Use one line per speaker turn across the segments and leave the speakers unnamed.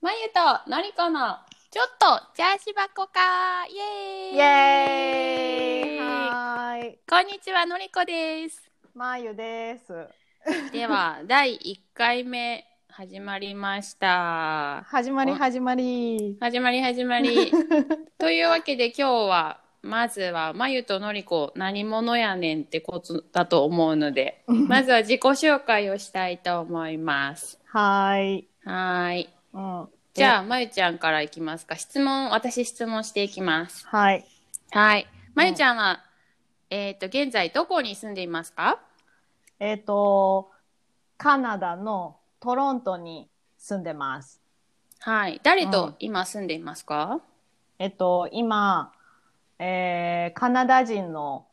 まゆとのりこのちょっとチャーシバコかイエーイ
イエーイはーい。
こんにちはのりこです
まゆです。
で は第1回目始まりました
始まり
お
始まり。
始まり始ま りというわけで今日はまずはまゆとのりこ何者やねんってことだと思うので まずは自己紹介をしたいと思います
はーい。
はーい
うん。
じゃあまゆちゃんからいきますか質問私質問していきます
あ。はい。
はい。まゆちゃんは、えっ、と、現在どこに住んでいますか
えっ、と、カナダのトロントに住んでます。
はい。誰
う
と
ん
今住んでいますか、
えっ、と、今、えー、カナダ人の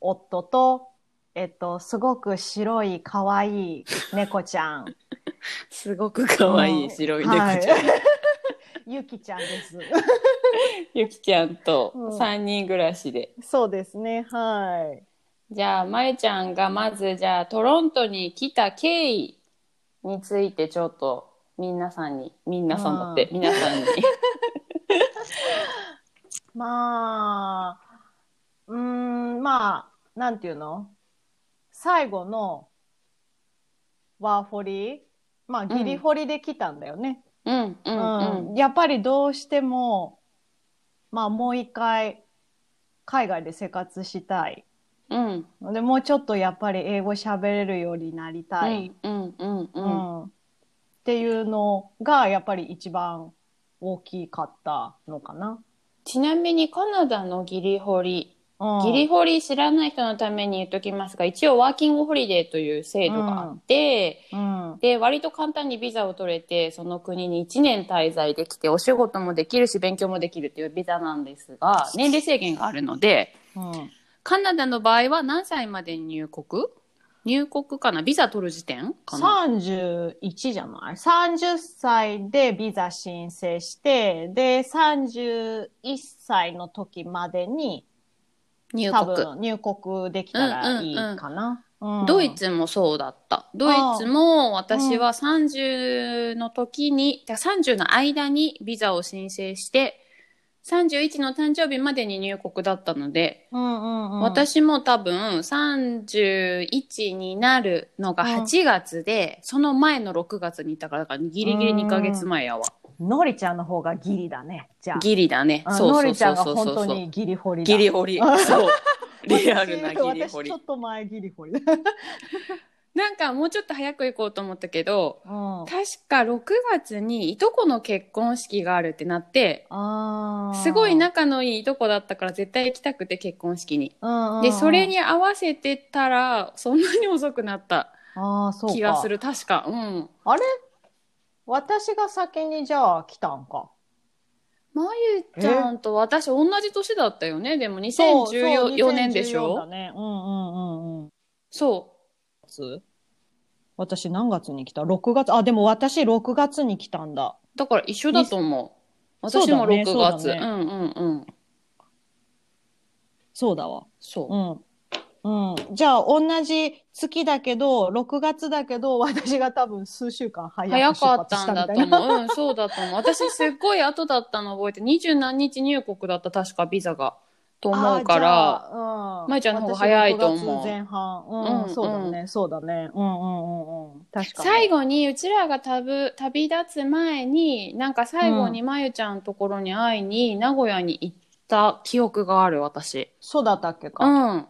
夫と、えっ、と、すごく白い可愛い猫ちゃん。
すごく 可愛い白い猫ちゃん。
はいゆきちゃんです。
ゆきちゃんと
うん
3人暮らしで。
そうですね。はい。
じゃあ、まゆちゃんがまず、じゃあ、トロントに来た経緯についてちょっと、皆さんに、皆さんだって、
う
皆さんに。
まあ、うーん、まあ、なんていうの最後のワーホリまあ、ギリホリで来たんだよね。
うん、う、
うん
うん。
やっぱりどうしても、まあ、もう一回、海外で生活したい。
うん、
で、もうちょっとやっぱり英語喋れるようになり
う
たい。
ん、うん、うん、
う
うん。
っていうのが、やっぱり一番大きかったのかな。
ちなみに、カナダのギリホリ、
うん
ギリホリ知らない人のために言っときますが、一応ワーキングホリデーという制度があって、
うん。
で、割と簡単にビザを取れて、その国に1年滞在できて、お仕事もできるし、勉強もできるっていうビザなんですが、年齢制限があるので、
うん。
カナダの場合は何歳までに入国入国かなビザ取る時点かな
31じゃない ?30 歳でビザ申請して、で、31歳の時までに、
入
多
国。
分入国できたらいいかな。うん
ドイツもそうだった。ドイツも私は30の時に、だから30の間にビザを申請して、31の誕生日までに入国だったので、
うんうんうん、
私も多分31になるのが8月で、その前の6月にいたから、だからギリギリ2ヶ月前やわ。
のりちゃんの方がギリだね。じゃあ。
ギリだね。
あ
そう
の
そ
り
う
ちゃ
そ
ん
う
が
そう
本
そ
当
う。
にギリホリだ。
ギリホ リ。そう。リアルなギリ
私
ホ
私
リ
ちょ。っと前ギリホ リだ。
なんかもうちょっと早く行こうと思ったけど、
うん。あ
確か6月にいとこの結婚式があるってなって、
あー
すごい、仲のいいいとこだったから絶対行きたくて結婚式に。
うんうんうん
で、それ、に合わせてたら、そんなに遅くなった
あーそうか
気がする。確か。うん。
あれ私が先にじゃあ来たんか。
まゆちゃんと私同じ年だったよね。でも
そうそう
2014年でし
2014だ
ょ
ね。うんうんうんうん。
そ
私何月に来た ?6 月。あ、でも私6月に来たんだ。
う。だから一緒だと思う。
そう
私
だ
も
ね
6月。
そう
う
だ
ん
ね
うんうん。
そうだわ。
そう。
うん。うん、じゃあ同じ月だけど、6月だけど、私が多分数週間早く
早
出
かっ
発したた
ん
み
だ
たいな。
と思う。うん、そうだと思う。私すっごい後だったの覚えて、二十何日入国だった、確かビザが。と思うか
あ
ら、
ー、じゃあうん、
まいちゃんの方が早いと思う
私6月前半。うん、
うん
そうだね、そうだね。うんうんうんうん。確かに。
最後に、うちらが旅、旅立つ前に、なんか最後にまゆちゃんのところに会いに、名古屋に行った記憶がある、私。
そうだったっけか。
うん。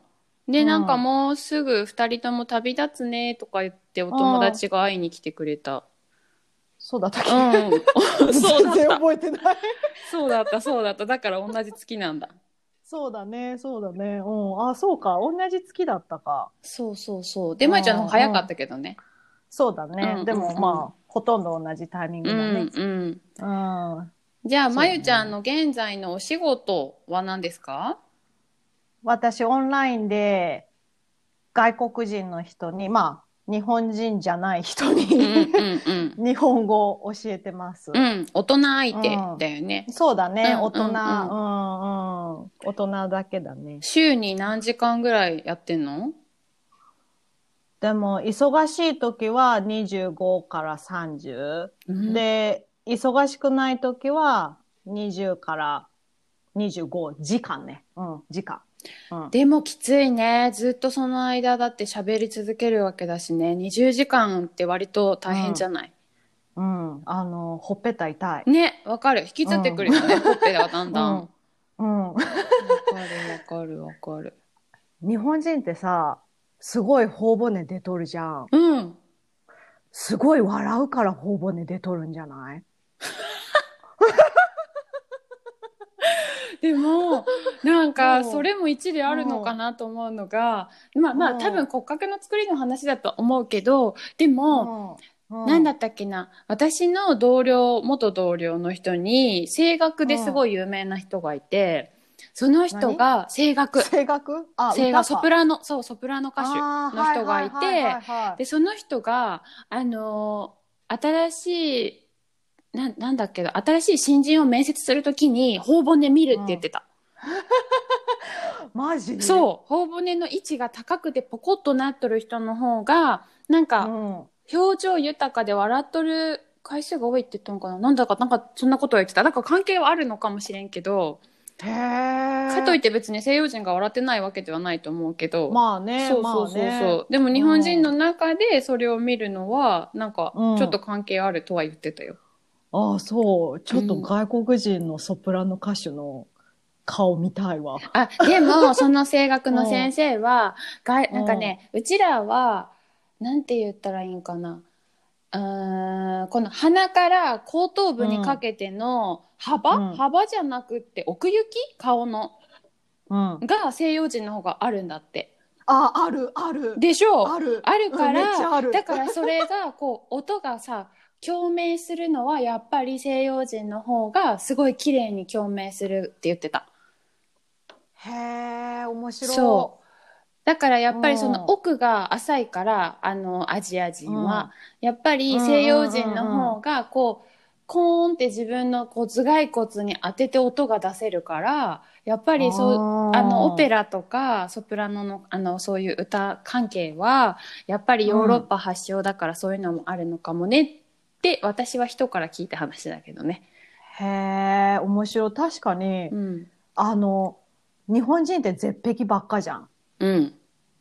で、
うん
なんかもうすぐ二人とも旅立つね、とか言って、お友達が会いに来てくれた。
そうだったっけ、
うん。そうだ
全然
った。
覚えてない。
そうだった、そうだった。だから同じ月なんだ。
そうだね、そうだね。うん。あ、そうか。同じ月だったか。
そうそうそう。で、まいちゃんの方が早かったけどね。
そうだね。
うん
で
うんう
も
ん
まあ、ほとんど同じタイミング
う
だね
ん。うん。
うん。
じゃあ、
そう
まゆちゃんの現在のお仕事は何ですか
私、オンラインで、外国人の人に、まあ、日本人じゃない人
うんう
に、
んうん。
日本語を教えてます。
うん、大人相手だよね。
そうだね。
うん
大
う
人、うん
う
ん、うんん、大人だけだね。
週に何時間ぐらいやってんの
でも、忙しい時は25から30。
うん
で、忙しくない時は、20から25時間ね。うん、時間。うん、
でもきついねずっとその間だって喋り続けるわけだしね20時間って割と大変じゃない、
うん、あの、ほっぺた痛い。
ねわかる引きつってくるよね、ほっぺたがだんだん
う
わ
んうん。
かるわかるわかる
日本人ってさ、すごい頬骨出とるじゃん。
うん
すごい笑うから頬骨出とるんじゃない
で もなんか
うん
それも一理あるのかなと思うのがまあまあ
うん
多分骨格の作りの話だと思うけどでも、
う
なんだったっけな私の同僚元同僚の人に声楽ですごい有名な人がいて、その人が声楽
声楽あ、
声
歌か
楽ソプラノそうソプラノ歌手
あー
の人がいて
はいはいはいはい
でその人があのー新しいなんなんだっけど新しい新人を面接するときに頬骨見るって言ってた、
マジ
そう頬骨の位置が高くてポコッとなっとる人の方がなん
う
か
ん。
表情豊かで笑っとる回数が多いって言ったのかななんだかなんかそんなことは言ってただから関係はあるのかもしれんけど、
へえ。
かといって別に西洋人が笑ってないわけではないと思うけど、
まあね、
そうそうそうそう、
まあね
でも日本人の中でそれを見るのはなんか
うん
ちょっと関係あるとは言ってたよ、
ああ、そう。ちょっと
うん
外国人のソプラノ歌手の顔見たいわ。
あで もその声楽の先生はがなんかねうちらはなんて言ったらいいんかなうーんこの鼻から後頭部にかけての幅、
うん
幅じゃなくって奥行き顔の
うん。あ、
が西洋人の方があるんだって
ある、ある。
でしょう
ある。
あるか
うんめっちゃあ
ら、
る
だからそれがこう音がさ共鳴するのはやっぱり西洋人の方がすごい綺麗に共鳴するって言ってた。
へえ、面白い。
そうだからやっぱりそ
うん
の奥が浅いからあのアジア人は、やっぱり西洋人の方がこうコーンって自分のこう頭蓋骨に当てて音が出せるからやっぱりそう
う
あのオペ
ラ。
ラとかソプラノのあのそういう歌関係はやっぱりヨーロッパ発祥だからそういうのもあるのかもねって私は人から聞いた話だけどね。
へえ、面白い。確かに、
うん、
あの、日本人って絶壁ばっかじゃん。
うん、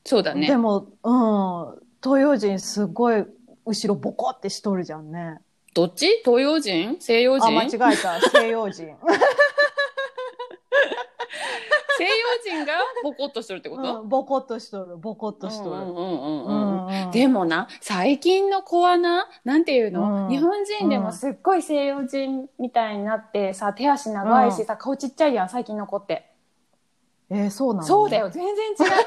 そうだね
でも、うん、東洋人すごい後ろボコってしとるじゃんね。
どっち東洋人西洋人
あ、間違 えた。西洋人。
西洋人がボコッとしてるってこと、
うんボコっとしとる、ボコっとしと
うん
る。
うんうん
う
うんうん
んうん
でもな最近の子はななんていうの、
うん
日本人でもすっごい西洋人みたいになってさ手足長いしさ、顔ちっちゃいやん最近の子って。
えーそうなの
そうだよ、全然違う。 ほんまに全然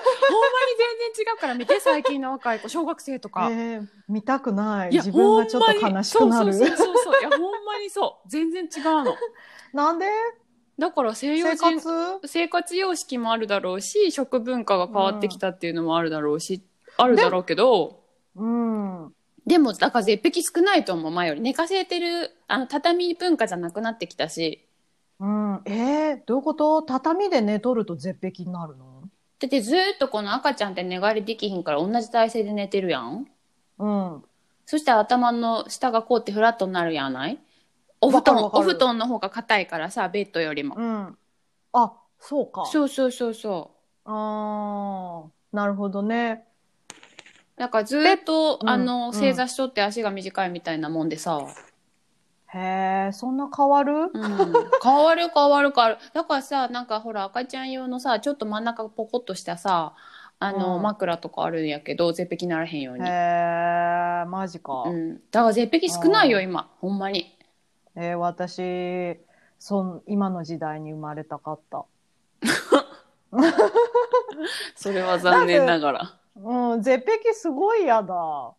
違うから見て、最近の若い子、小学生とか。
えー見たくない
いや
自分がちょっと
ほんまに
悲しくなる
そうそうそうそうそういや、ほんまにそう。全然違うの。
なんで
だから西洋
生
人生
活
活様式もあるだろうし、食文化が変わってきたっていうのもあるだろうし、あるだろうけど、
うんうん
でも、だから絶壁少ないと思う、前より。寝かせてる、あの、畳文化じゃなくなってきたし。
えーどういうこと畳で寝とると絶壁になるの
だってずーっとこの赤ちゃんって寝返りできひんから同じ体勢で寝てるやん。
うん
そしたら頭の下がこうってフラットになるやないお布団
わかるわか
お
る
布団の方が硬いからさベッドよりも、
うんあそうか
そうそうそうそ
あーなるほどね
うなんかずーっと、
うん
あの、
うん
正座しとって足が短いみたいなもんでさ、
へえそんな変わる
うん、変わる変わる変わるだからさなんかほら赤ちゃん用のさちょっと真ん中ポコッとしたさあの、
うん
枕とかあるんやけど絶壁ならへんよう
へ
に、
えマジか
うん、だから絶壁少ないよ、
うん
今ほんまに
えー私そん今の時代に生まれたかった
それは
残念な
がら
うん絶壁すごい嫌だ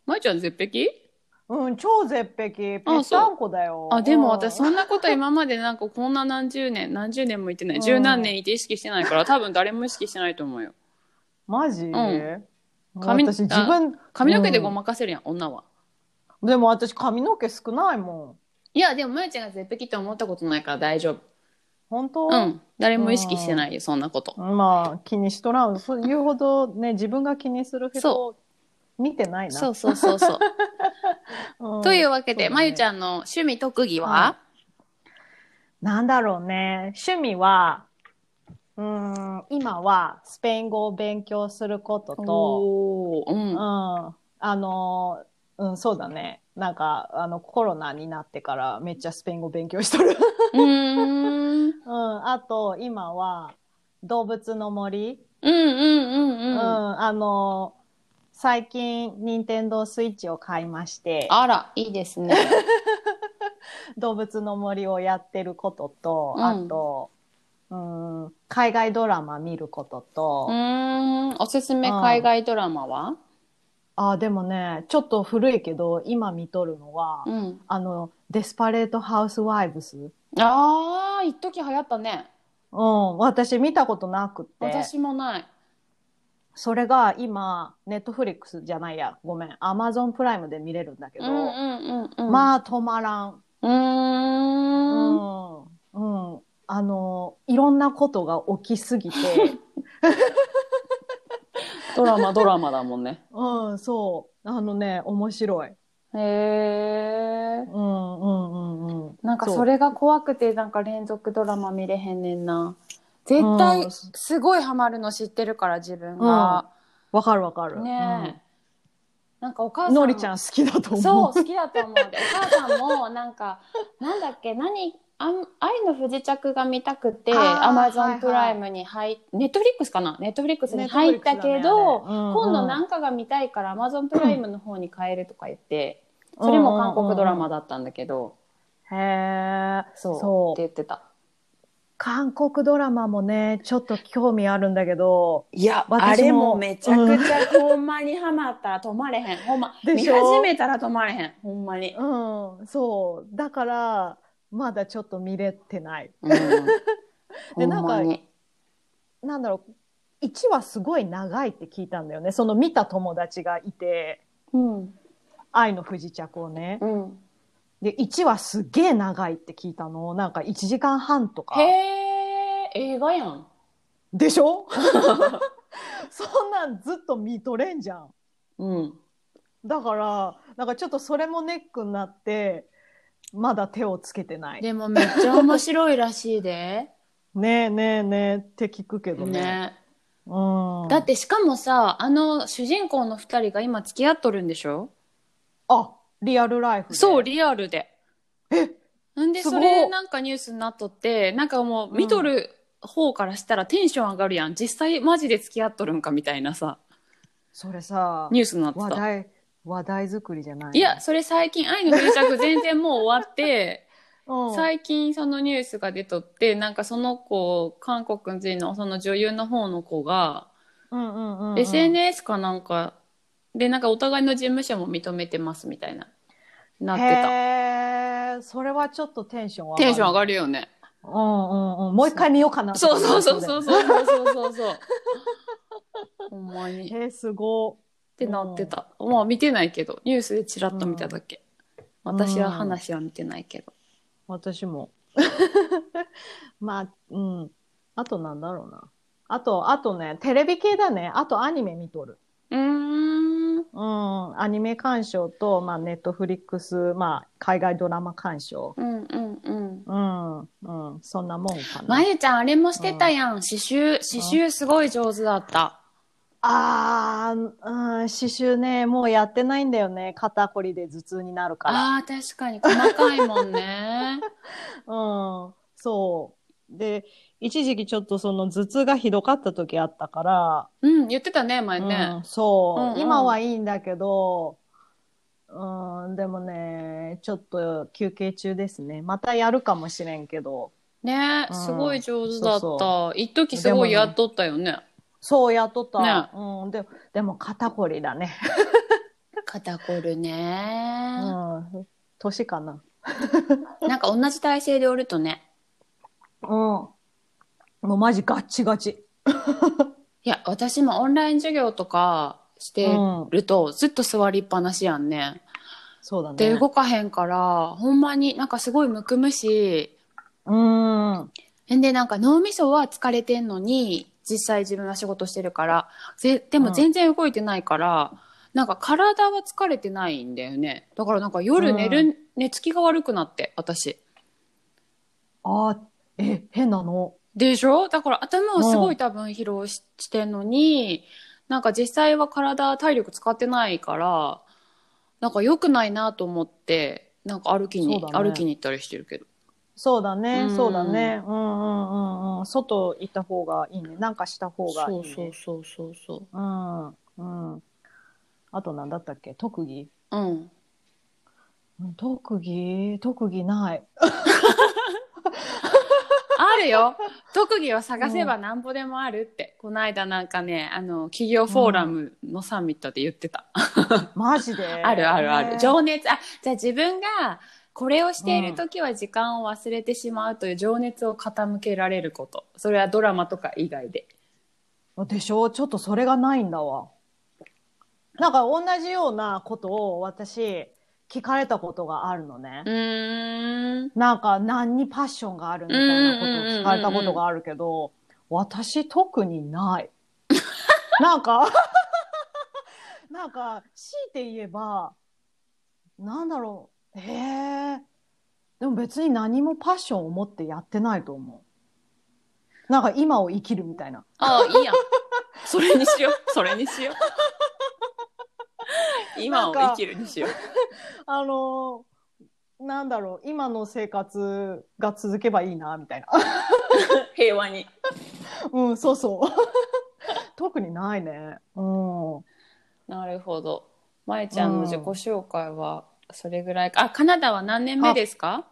まいちゃん絶壁
うん、超絶壁。ぺったんこだよ。
あで
う
も
ん
私そんなこと今までなんかこんな何十年何十年も言ってな
う
い
ん
十何年いて意識してないから多分誰も意識してないと思うよ
マジ、
ん髪
私自分、
髪の毛でごまかせるやん、女は
でも私髪の毛少ないもん。
いやでもまゆちゃんが絶壁って思ったことないから大丈
本当、
夫うん誰も意識してないよそんなこと
まあ気にしとらん。そういうほどね、自分が気にする人
そ
見てないな。
そうそうそうそう。
うん
というわけで、
そうね
まゆちゃんの趣味特技は、
なんだろうね。趣味は、うーん、今はスペイン語を勉強することと、
おーう
うんん、あの、うん、そうだね。なんか、あの、コロナになってからめっちゃスペイン語勉強しとる。
うんうん
うん、あと、今は、動物の森。
うんう
うん、
んうん。
あの、最近、任天堂スイッチを買いまして、
あら、いいです ね。
動物の森をやってることと、
うん
あと、うん、海外ドラマ見ることと、
うーん、おすすめ海外ドラマは、
あーでもね、ちょっと古いけど、今見とるのは、
うん、
あの、デスパレートハウスワイブス。うん、
ああ、一時流行ったね。
私見たことなくて、
私もない。
それが今、ネットフリックスじゃないや、ごめん、アマゾンプライムで見れるんだけ
う
ど、
んうんうんうん。あ、
まあ止まらん。
うーん。
うん、うん、あの、いろんなことが起きす ぎて、
ドラマドラマだもんね。
うん、そう、あのね、面白い。
へえ。
うん、うん、うん、うん。
なんか
そう
それが怖くて、なんか連続ドラマ見れへんねんな。絶対
うん、
すごいハマるの知ってるから、自分が。
わかるわかる。
ねえ、なんかお母
う
さん。
んのりちゃん好きだと思う。
そう、好きだと思う。でお母さんも、なんか、 なんだっけ、何、あん愛の不時着が見たくて、
あー
アマゾンプライムに入っ、ネットフリックスかなネットフリックスに入ったけど、今
今
度なんかが見たいからアマゾンプライムの方に変えるとか言って、それも韓国ドラマだったんだけど、
へえ
そう
そう
って言ってた。
韓国ドラマもねちょっと興味あるんだけど
いや、
私も
あれもめちゃくちゃ、ほんまにハマったら止まれへん。ほんま、
で
見
しょ
始めたら止まれへん。ほんまに。
うんそうだからまだちょっと見れてない
うん、
でなんか
ほんまに。
なんだろう1話すごい長いって聞いたんだよねその見た友達がいて
うん。
「愛の不時着」をね
うん。
で1話すげえ長いって聞いたのなんか1時間半とか
へえ、映画やん。
でしょ そんなんずっと見とれんじゃん
うん。
だから、なんかちょっとそれもネックになって、まだ手をつけてない。
でもめっちゃ面白いらしいで。
ねえねえねえって聞くけど ね。
ね。
うん。
だってしかもさ、あの主人公の二人が今付き合っとるんでしょ
あ、リアルライフで。
そう、リアルで。
え
んで、
すご
そ
っ
れなんかニュースになっとって、なんかもう見とる方からしたらテンション上がるやん。実際マジで付き合っとるんかみたいなさ、
それさ、
ニュースになって
話
た。
題、話題作りじゃないの
いや、、それ最近愛の不時着全然もう終わって、
うん、
最近そのニュースが出とってなんかその子韓国人のその女優の方の子が、
うんうんうんうん
SNS かなんかでなんかお互いの事務所も認めてますみたいななってた
へえ、それはちょっとテンション上がる。
テンション上が
る。
るよね
うんうんうん。もう一回見ようかな。
そうそうそうそう
う。
そうそうそうそう そうほんまにっ
えー、すご
てなってたまあ見てないけどニュースでチラッと見ただけ、
ん
私は話は見てないけど、
私も。 まあ、うん。あとなんだろうな。あと、あとね、テレビ系だね。あとアニメ見とる。
うーん
うん。アニメ鑑賞と、まあ、ネットフリックス、まあ、海外ドラマ鑑賞。
うんうんうん
うん。うん。そんなもんか
ま
な。
ゆちゃんあれもしてたやん刺繍刺繍すごい上手だった
あー、うん、刺繍ね、もうやってないんだよね。肩こりで頭痛になるから。
ああー確かに細かいもんね
うん。そう。で、一時期ちょっとその頭痛がひどかった時あったから、
うん言ってたね前
う
ね
ん、そう、
うんうん
今はいいんだけど、うん、でもね、ちょっと休憩中ですね。またやるかもしれんけど、
ね
うん
すごい上手だっ
そう
た一時すごいやっとったよね
そうやっとった。
ね
うん、ででも肩こりだね。
肩こる
う
ね、
ん、年かな。
なんか同じ体勢で折るとね
うん。もうマジガッチガチ。
いや私もオンライン授業とかして
うん、
ると、ずっと座りっぱなしやんね
そうだね。
で動かへんからほんまになんかすごいむくむし
うん。うん
んでなんか脳みそは疲れてんのに実際自分は仕事してるからぜでも全然動いてないから、なんか体は疲れてないんだよね。だからなんか夜寝る、
う
寝つきが悪くなって、私。
ああ、え、変なの。
でしょだから頭をすごい多分疲労ししてんのに、なんか実際は体、体力使ってないから、なんか良くないなと思って、なんか歩きに、
そうだね
歩きに行ったりしてるけど。
そうだね、
うん
そうだね。うんうんうんうん。外行った方がいいね。なんかした方がいい、ね。。
そうそうそうそう
ん。うん。あと何だったっけ特技
う。うん。
うん特技特技ない。
ある よ特技を探せばなんぼでもあるって、この間なんかね、あの、企業フォーラムのサミットで言ってた。
マジで。
あるあるある。
ね
情熱、あ、じゃあ自分がこれをしている時は時間を忘れてしまうという情熱を傾けられること。それはドラマとか以外で。
でしょちょっとそれがないんだわ。なんか同じようなことを私、聞かれたことがあるのね。
ーん。
なんか何にパッションがあるみたいなことを聞かれたことがあるけど、私特にない。 なんか、 なんか、強いて言えば、なんだろう、へえ。でも別に何もパッションを持ってやってないと思う。なんか今を生きるみたいな。
ああ、いいやん。 それにしよう。それにしよう。 今を生きるにしよう。
あのーなんだろう、今の生活が続けばいいな、みたいな。
平和に。
うん、そうそう。 特にないね。うん。
なるほど。まえちゃんの自己紹介はそれぐらいか。あ、カナダは何年目ですか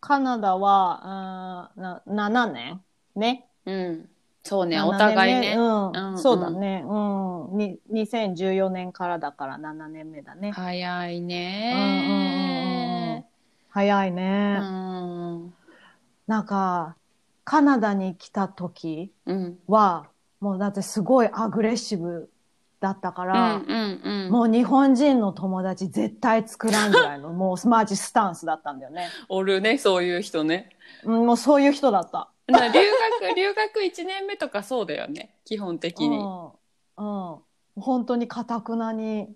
カナダは、うーんな7年ね。
うん。そうね、
7
お互い
年
ね。
目うん
うん
そうだね。うん。に2014年からだから7年目だね。
早い
ね
ね。
早いね、
うん。
なんか、カナダに来た時
うん。
は、もうだってすごいアグレッシブだったから、
うん。
もう日本人の友達絶対作らんぐ らいの、もうマジスタンスだったんだよね。
おるね、そういう人ね。
うんもうそういう人だった。
な留学、留学1年目とかそうだよね。基本的に。
うん。うん。本当にかたくなに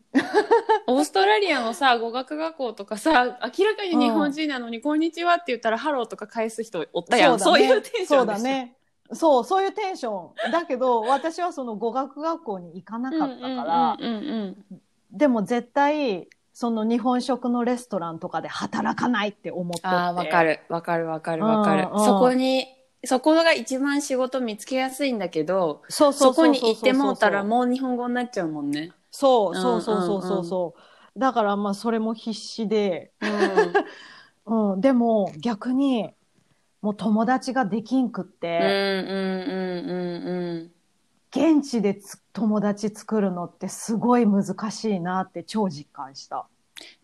オーストラリアのさ、語学学校とかさ、明らかに日本人なのに、こんにちはって言ったら、ハローとか返す人おったやん。そう,、いうテンションでし
そうだ
た。
ね。そう、そういうテンション。だけど、 私はその語学学校に行かな
うん
かったから、
うんうんうん
でも絶対、その日本食のレストランとかで働かないって思ってて。
ああ、わか。る。わかるわかるわかる
うんうん。
そこに、そこが一番仕事見つけやすいんだけど、
そうそ
そ
う
うこ
うう
に行ってもうたらもう日本語になっちゃうもんね。
そうそうそうそう
うん
そ
うんう
うんそう。だからまあそれも必死で、
うん
うん、でも逆に、もう友達ができんくっ
うん
て、
うんうん
現地でつ友達作るのってすごい難しいなって超実感した。
うん。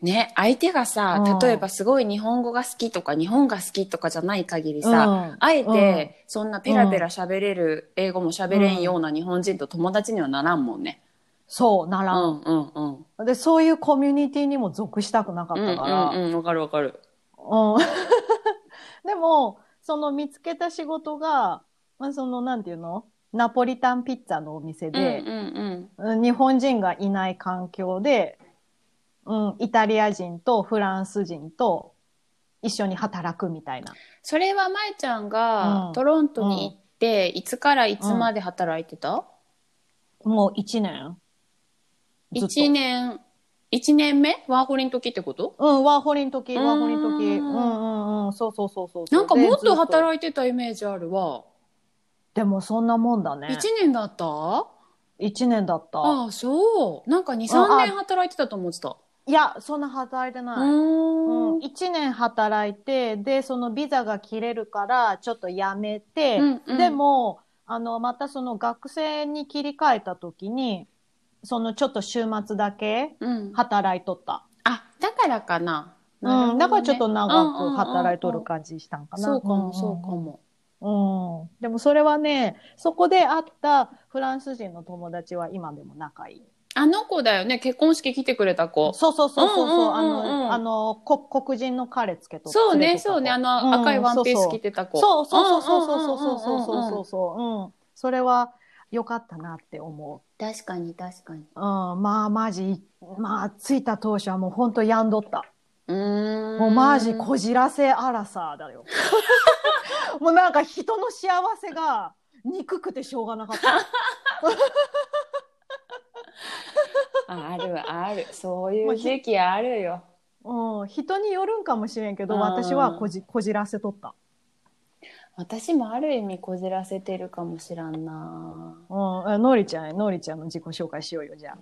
ね、相手がさ
うん、
例えばすごい日本語が好きとか、日本が好きとかじゃない限りさ、
うん
あえて、そんなペラペラ喋れる、英語も喋れんような日本人と友達にはならんもんね。
そう、な
う
らん
んうんうん。
で、そういうコミュニティにも属したくなかっ
うんう
たから。う
ん
ん
うん、わかるわかる。
でも、その見つけた仕事が、まあ、その、なんていうのナポリタンピッツァのお店
うんうん
で、
うん。
日本人がいない環境で、うん、イタリア人とフランス人と一緒に働くみたいな。
それはまえちゃん
うん
がトロントに行って、いつからいつまで働いてた、
もう一年ずっと
一 ?1 年、一年目ワーホリの時ってこと
うん、ワーホリの時、
うー
ワ
ん
ーホリの時。うんうんうん、そうそうそうそう。
なんかもっと
い
働いてたイメージあるわ。
でもそんなもんだね。
1年だった
一年だった。
ああ、そう。なんか2、
あ
3年働いてたと思ってた。
いや、そんな働いて
う
ない。
ー。
うんん、1年働いて、で、そのビザが切れるから、ちょっとやめて、
うんうん
でも、あの、またその学生に切り替えた時に、そのちょっと週末だけ
うん。
働いとった。
あ、だからかな。なるほど
う
ね
ん、だからちょっと長く働いとる感じしたんかな。
そうかも、そうかも。
も。うん。でもそれはね、そこで会ったフランス人の友達は今でも仲いい。
あの子だよね、結婚式来てくれた子。
そうそうそうそう。
うんうんうんうん
あの、あの、こ黒人の彼つけと
そう
連
ね、
れとった子
そうね、あ
うん
の赤いワンピース着てた子。
そうそうそうそうそうそうそうそうそううそうそう。うん。それはよかったなって思う。
確かに確かに。
うん、まあマジ、まあ着いた当初はもうほんとやんどった。
うーん。
もうマジこじらせアラサー だよ。もうなんか人の幸せが憎くてしょうがなかった。
あるある。そういう時期あるよ。
うん、人によるんかもしれんけど、
うん
私はこじこじらせとった。
私もある意味こじらせてるかもしらんな。
うん、あのりちゃんへ、のりちゃんの自己紹介しようよ、じゃ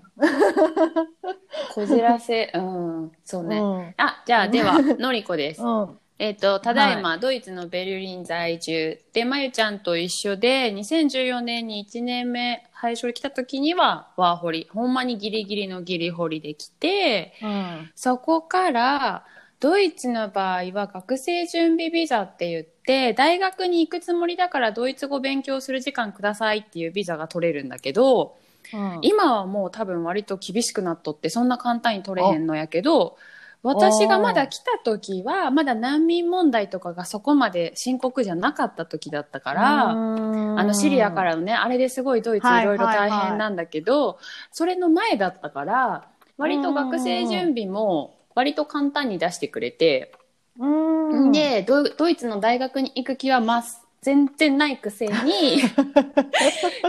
こじらせ、 うん。そう
あ。
ね。
うん
あ、じゃあ、では、のりこです。
うん。
えっ、と、ただいま、ドイツのベルリン在住で、まゆちゃんと一緒で、2014年に1年目、配信に来た時には、ワーホリ、ほんまにギリギリのギリホリで来て、
うん。
そこから、ドイツの場合は学生準備ビザって言って、大学に行くつもりだからドイツ語勉強する時間くださいっていうビザが取れるんだけど、
うん
今はもう多分割と厳しくなっとってそんな簡単に取れへんのやけど私がまだ来た時はまだ難民問題とかがそこまで深刻じゃなかった時だったから。あ
あ
のシリアか、らのねあれですごいドイツい
はい
ろいろ大変なんだけど、それの前だったから割と学生準備も割と簡単に出してくれて、
うん、
でドドイツの大学に行く気はます全然ないく せに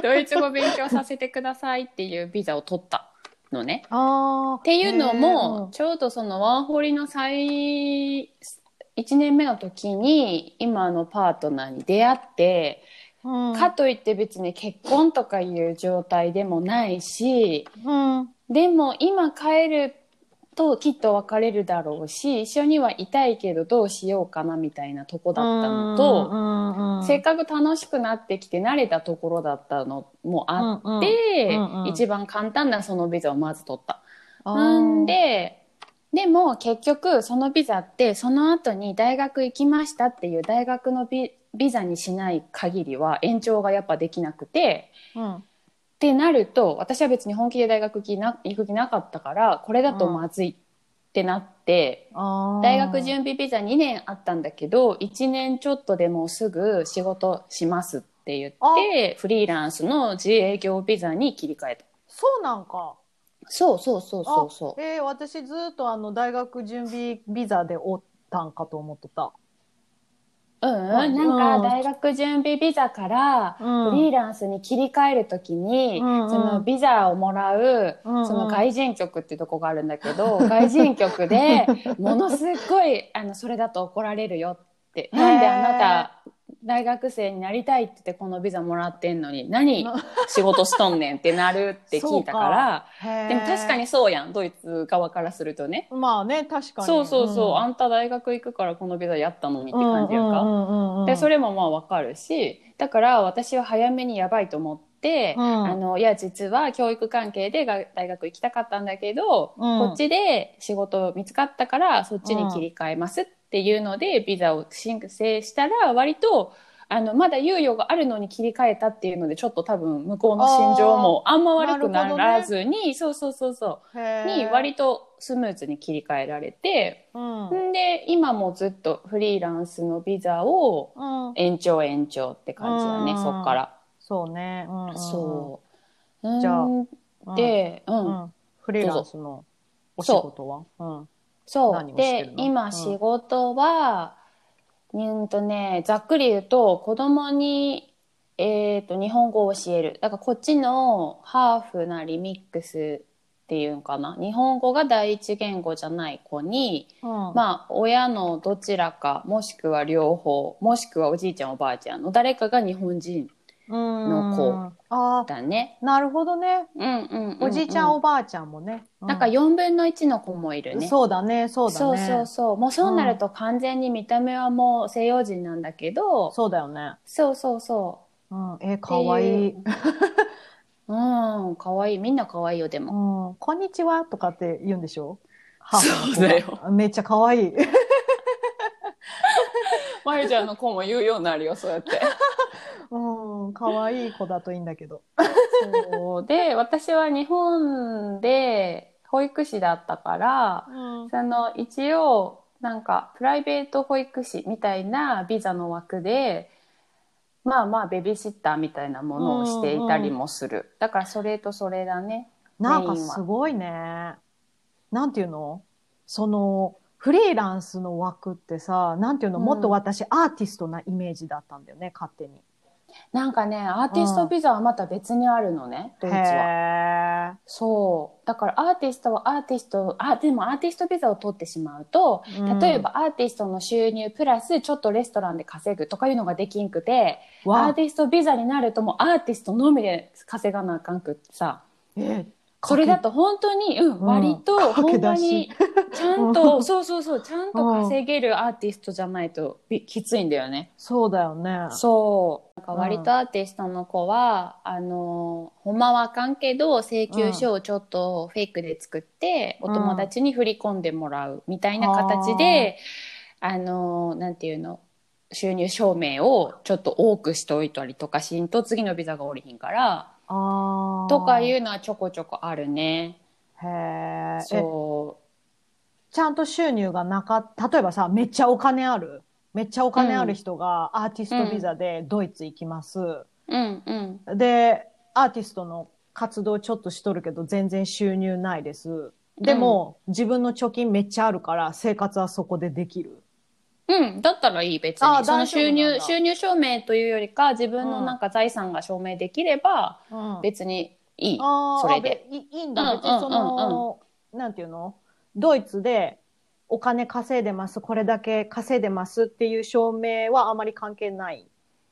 ドイツ語勉強させてくださいっていうビザを取ったのね。
あー
っていうのも、、ちょうどそのワーホリの最、1年目の時に、今のパートナーに出会って、
うん
かといって別に結婚とかいう状態でもないし、
うん
でも今帰るときっと別れるだろうし、一緒にはいたいけどどうしようかなみたいなとこだったのと、
と
せっかく楽しくなってきて慣れたところだったのもあっ、
ってうんうんうん
一番簡単なそのビザをまず取った。なん、で、でも結局そのビザってその後に大学行きましたっていう大学のビビザにしない限りは延長がやっぱできなくて、
うん
ってなると私は別に本気で大学行きな行く気なかったからこれだとまずいってなって、
あー
大学準備ビザ2年あったんだけど1年ちょっとでもうすぐ仕事しますって言ってフリーランスの自営業ビザに切り替えた。
そうなんか
そうそうそうそうそう。
えー、私ずっとあの大学準備ビザでおったんかと思ってた、
うん、
ん
なんか大学準備ビザから
うん
フリーランスに切り替えるときに、
うんうん
そのビザをもらう、
うんうん
その外人局っていうとこがあるんだけ ど、外人局でものすっごいあのそれだと怒られるよって
へー
なんであなた大学生になりたいって言ってこのビザもらってんのに何仕事しとんねんってなるって聞いたからで
で
も確かにそうやんドイツ側からするとね。
まあね確かに
そうそうそう、あんた大学行くからこのビザやったのにって感じやんか。
か
でそ
れ
れもまあわかるしだから私は早めにやばいと思って、
うん
あのいや実は教育関係でが大学行きたかったんだけど、
うん
こっちで仕事見つかったからそっちに切り替えますっていうので、ビザを申請したら割とあのまだ猶予があるのに切り替えたっていうのでちょっと多分向こうの心情もあんま悪くならずに、そうそうそうそうに割とスムーズに切り替えられて、
うん
んで今もずっとフリーランスのビザを
うん
延長延長って感じだね、
うん
そっから、
そうね、うんうん、
そううん
じゃあうん
で、うん
うんフリーランスのお仕事はうん
そ
何
う
をしてる
で
のう
今
ん
仕事は、うんとねざっくり言うと子供にえっ、と日本語を教えるだからこっちのハーフなリミックスっていうんかな日本語が第一言語じゃない子に、
うん
まあ親のどちらかもしくは両方もしくはおじいちゃんおばあちゃんの誰かが日本人の子
うんあ
だね。
ーなるほどね
うんうんうんうん
おじいちゃん、おばあちゃんもね、う
なんか4分の1の子もいるね。
そうだねそうだ
そう
ね
そうそうもうそうなると完全に見た目はもう西洋人なんだけど、
そうだよね、
そうそうそ
うん、えー、
う。
かわいい、
ってう。うん、かわいい。みんなかわいいよ、で
う
も。
ん、こんにちはとかって言うんでしょ母の子
そう
が
だよ
めっちゃかわいい
まゆちゃんの子も言うようになるよ、そうやって。
うんかわいい子だといいんだけど
そう。で、私は日本で保育士だったから、
うん
その一応なんかプライベート保育士みたいなビザの枠でまあまあベビーシッターみたいなものをしていたりもする、だからそれとそれだね
なん
メ
か
インは
すごいね。なんていうのその、フリーランスの枠ってさ、なんていうの、
うん
もっと私アーティストなイメージだったんだよね、勝手に。
なんかねアーティストビザはまた別にあるのね、ドイツは
へ
そうだからアーティストはアーティストあでもアーティストビザを取ってしまうと
ー
例え、ばアーティストの収入プラスちょっとレストランで稼ぐとかいうのができんくて
うん
アー
わ、
ティストビザになるともうアーティストのみで稼がなあかんくってさ
え、
それだと本当に、うん、割と、
駆
ほ
け
んま
出
に
し、
ちゃん
う
と、そうそうそう、ちゃんと稼げるアーティストじゃないとびきついんだよね。
そうだよね。
そう。なんか
うん
割とアーティストの子は、あの、ほんまはあかんけど、請求書をちょっとフェイクで作って、
うん
お友達に振り込んでもらうみたいな形で、あの、なんていうの、収入証明をちょっと多くしておいたりとかしんと次のビザがおりひんから、
ああ。
とか
う。
いうのはちょこちょこあるね。
へーえ。
そう。
ちゃんと収入がなかった、例えばさ、めっちゃお金ある。めっちゃお金ある人がアーティストビザでドイツ行きます。
うんうん
で、アーティストの活動ちょっとしとるけど、全然収入ないです。でも、自分の貯金めっちゃあるから、生活はそこでできる。
うん、だったらいい別
あ
に
ー
その
大丈
収
夫な
入
んだ
収入証明というよりか自分の
うん
なんか財産が証明できれば
うん
別にいい、
あー
それで
あべいいいん
う
だ。
ん
別にその、なんていうのドイツでお金稼いでます、これだけ稼いでますっていう証明はあまり関係ない。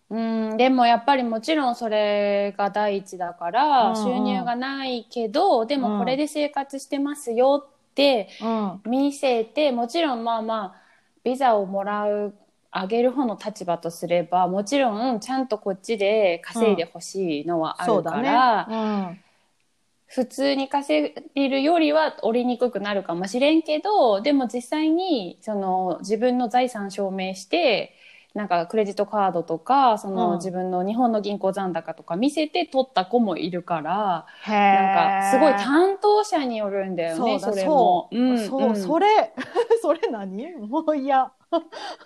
うん、でもやっぱりもちろんそれが第一だから、
うんうん
収入がないけどで
う
も
ん
これで生活してますよって
うん。
見せてもちろんまあまあビザをもらうあげる方の立場とすればもちろんちゃんとこっちで稼いでほしいのはあ
そ
る
うだ
か
ね。
ら、
うん
普通に稼いでるよりは折りにくくなるかもしれんけどでも実際にその自分の財産証明してなんかクレジットカードとかその、
うん
自分の日本の銀行残高とか見せて取った子もいるから
へ
なんかすごい
単
担当者によるんだよね
そ
そ
うだ
れも。ん
そう、
ん
それ、 それ何もういや。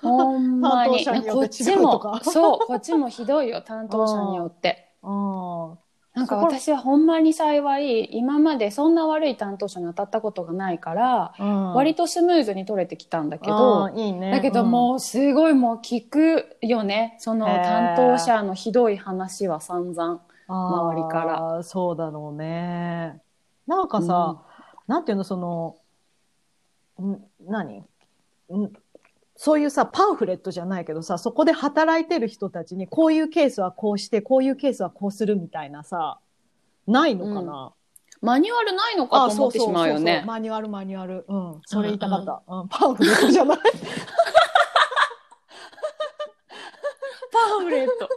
ほんまに
担当者によ
こっ
って
ち
違うとか
もそうこっちもひどいよ担当者によって。
うん。
なんか
そこ
私はほんまに幸い今までそんな悪い担当者に当たったことがないから、割
と
とスムーズに取れてきたんだ
だ
けど、
いいね。
だけどもうすごいもう聞くよねその
へー
担当者のひどい話は散々。
うん、あー
周りか
そうだろうね。なんかさ、なんていうの、その、ん何んそういうさ、パンフレットじゃないけどさ、そこで働いてる人たちに、こういうケースはこうして、こういうケースはこうするみたいなさ、ないのかな、
マニュアルないのかと思ってしまうよ
そうそうそうそう
ね。
マニュアル、マニュアル。うん。それ言いたかった。うん。パンフレットじゃない。
パンフレット。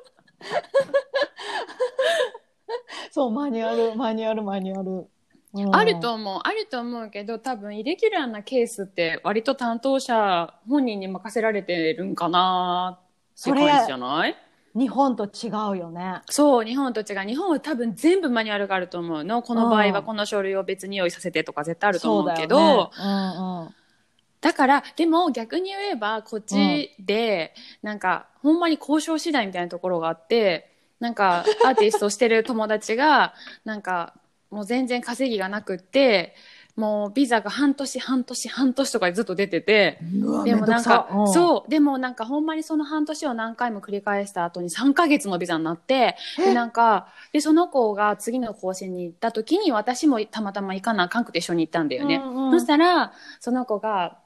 そう、マニュアル、マニュアル、マニュアル。うん
あると思う。あると思うけど、多分イレギュラーなケースって割と担当者本人に任せられてるんかなって
それ
感じじゃない
日本と違うよね。
そう、日本と違う。日本は多分全部マニュアルがあると思うの。この場合はこの書類を別に用意させてとか絶対あると思うけど、
そう
だ
だよねうんうん
から、でも逆に言えば、こっちで、なんか、ほんまに交渉次第みたいなところがあって、なんか、アーティストしてる友達が、なんか、もう全然稼ぎがなくって、もうビザが半年、半年、半年とかでずっと出てて、
うわ
でもなんか
めどくさ、
そう、でもなんかほんまにその半年を何回も繰り返した後に3ヶ月のビザになって、で、なんか、で、その子が次の更新に行った時に私もたまたま行かなあかんくて一緒に行ったんだ
う
よね。
んうん
そしたら、その子が、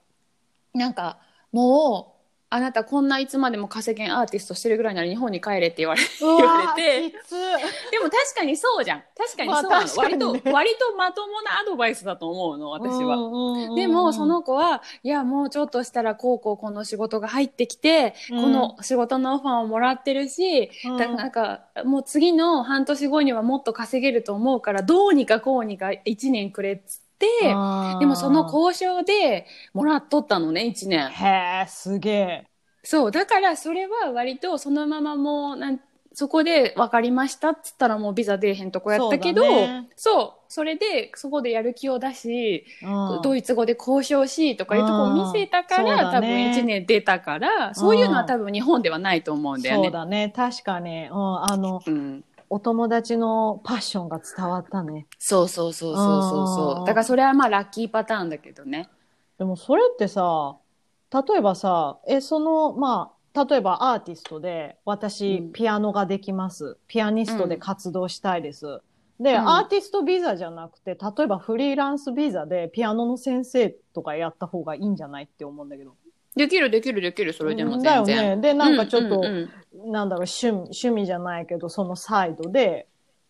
なんか、もう、あなたこんないつまでも稼げんアーティストしてるぐらいなら日本に帰れって言われ る。
うわ
言われ
きつ
でも確かにそうじゃん。確かにそうなの。
まあ確かにね
割と、割とまともなアドバイスだと思うの、私は。
うんうんうん
でも、その子は、いや、もうちょっとしたら、こうこうこの仕事が入ってきて、
うん
この仕事のオファーをもらってるし、
うん
だなんか、もう次の半年後にはもっと稼げると思うから、どうにかこうにか1年くれっつって、
あー
でもその交渉でもらっとったのね、1年。
へえすげえ
そう、だからそれは割とそのままもう、なんそこで分かりましたっつったらもうビザ出えへんとこやったけど、
そ
そうう,、
だね
そそれでそこでやる気を出し、
うん
ドイツ語で交渉しとかいうとこを見せたから、
うんそう
多分
だね
1年出たからそういうのは多分日本ではないと思うんだよ
そう
ね。
だね。確かに。うん、あの、
うん、
お友達のパッションが伝わったね。
そうそうそうそうそうそう
うん
だからそれはまあラッキーパターンだけどね。
でもそれってさ、例えばさ、え、その、まあ、例えばアーティストで、私、
うん
ピアノができます。ピアニストで活動したいです。で、
うん
アーティストビザじゃなくて、例えばフリーランスビザでピアノの先生とかやった方がいいんじゃないって思うんだけど。
できるできるできるそれでも全
だよ
然。
ね。で、なんかちょっと、
うんうん
なんだろう趣味、趣味じゃないけど、そのサイドで、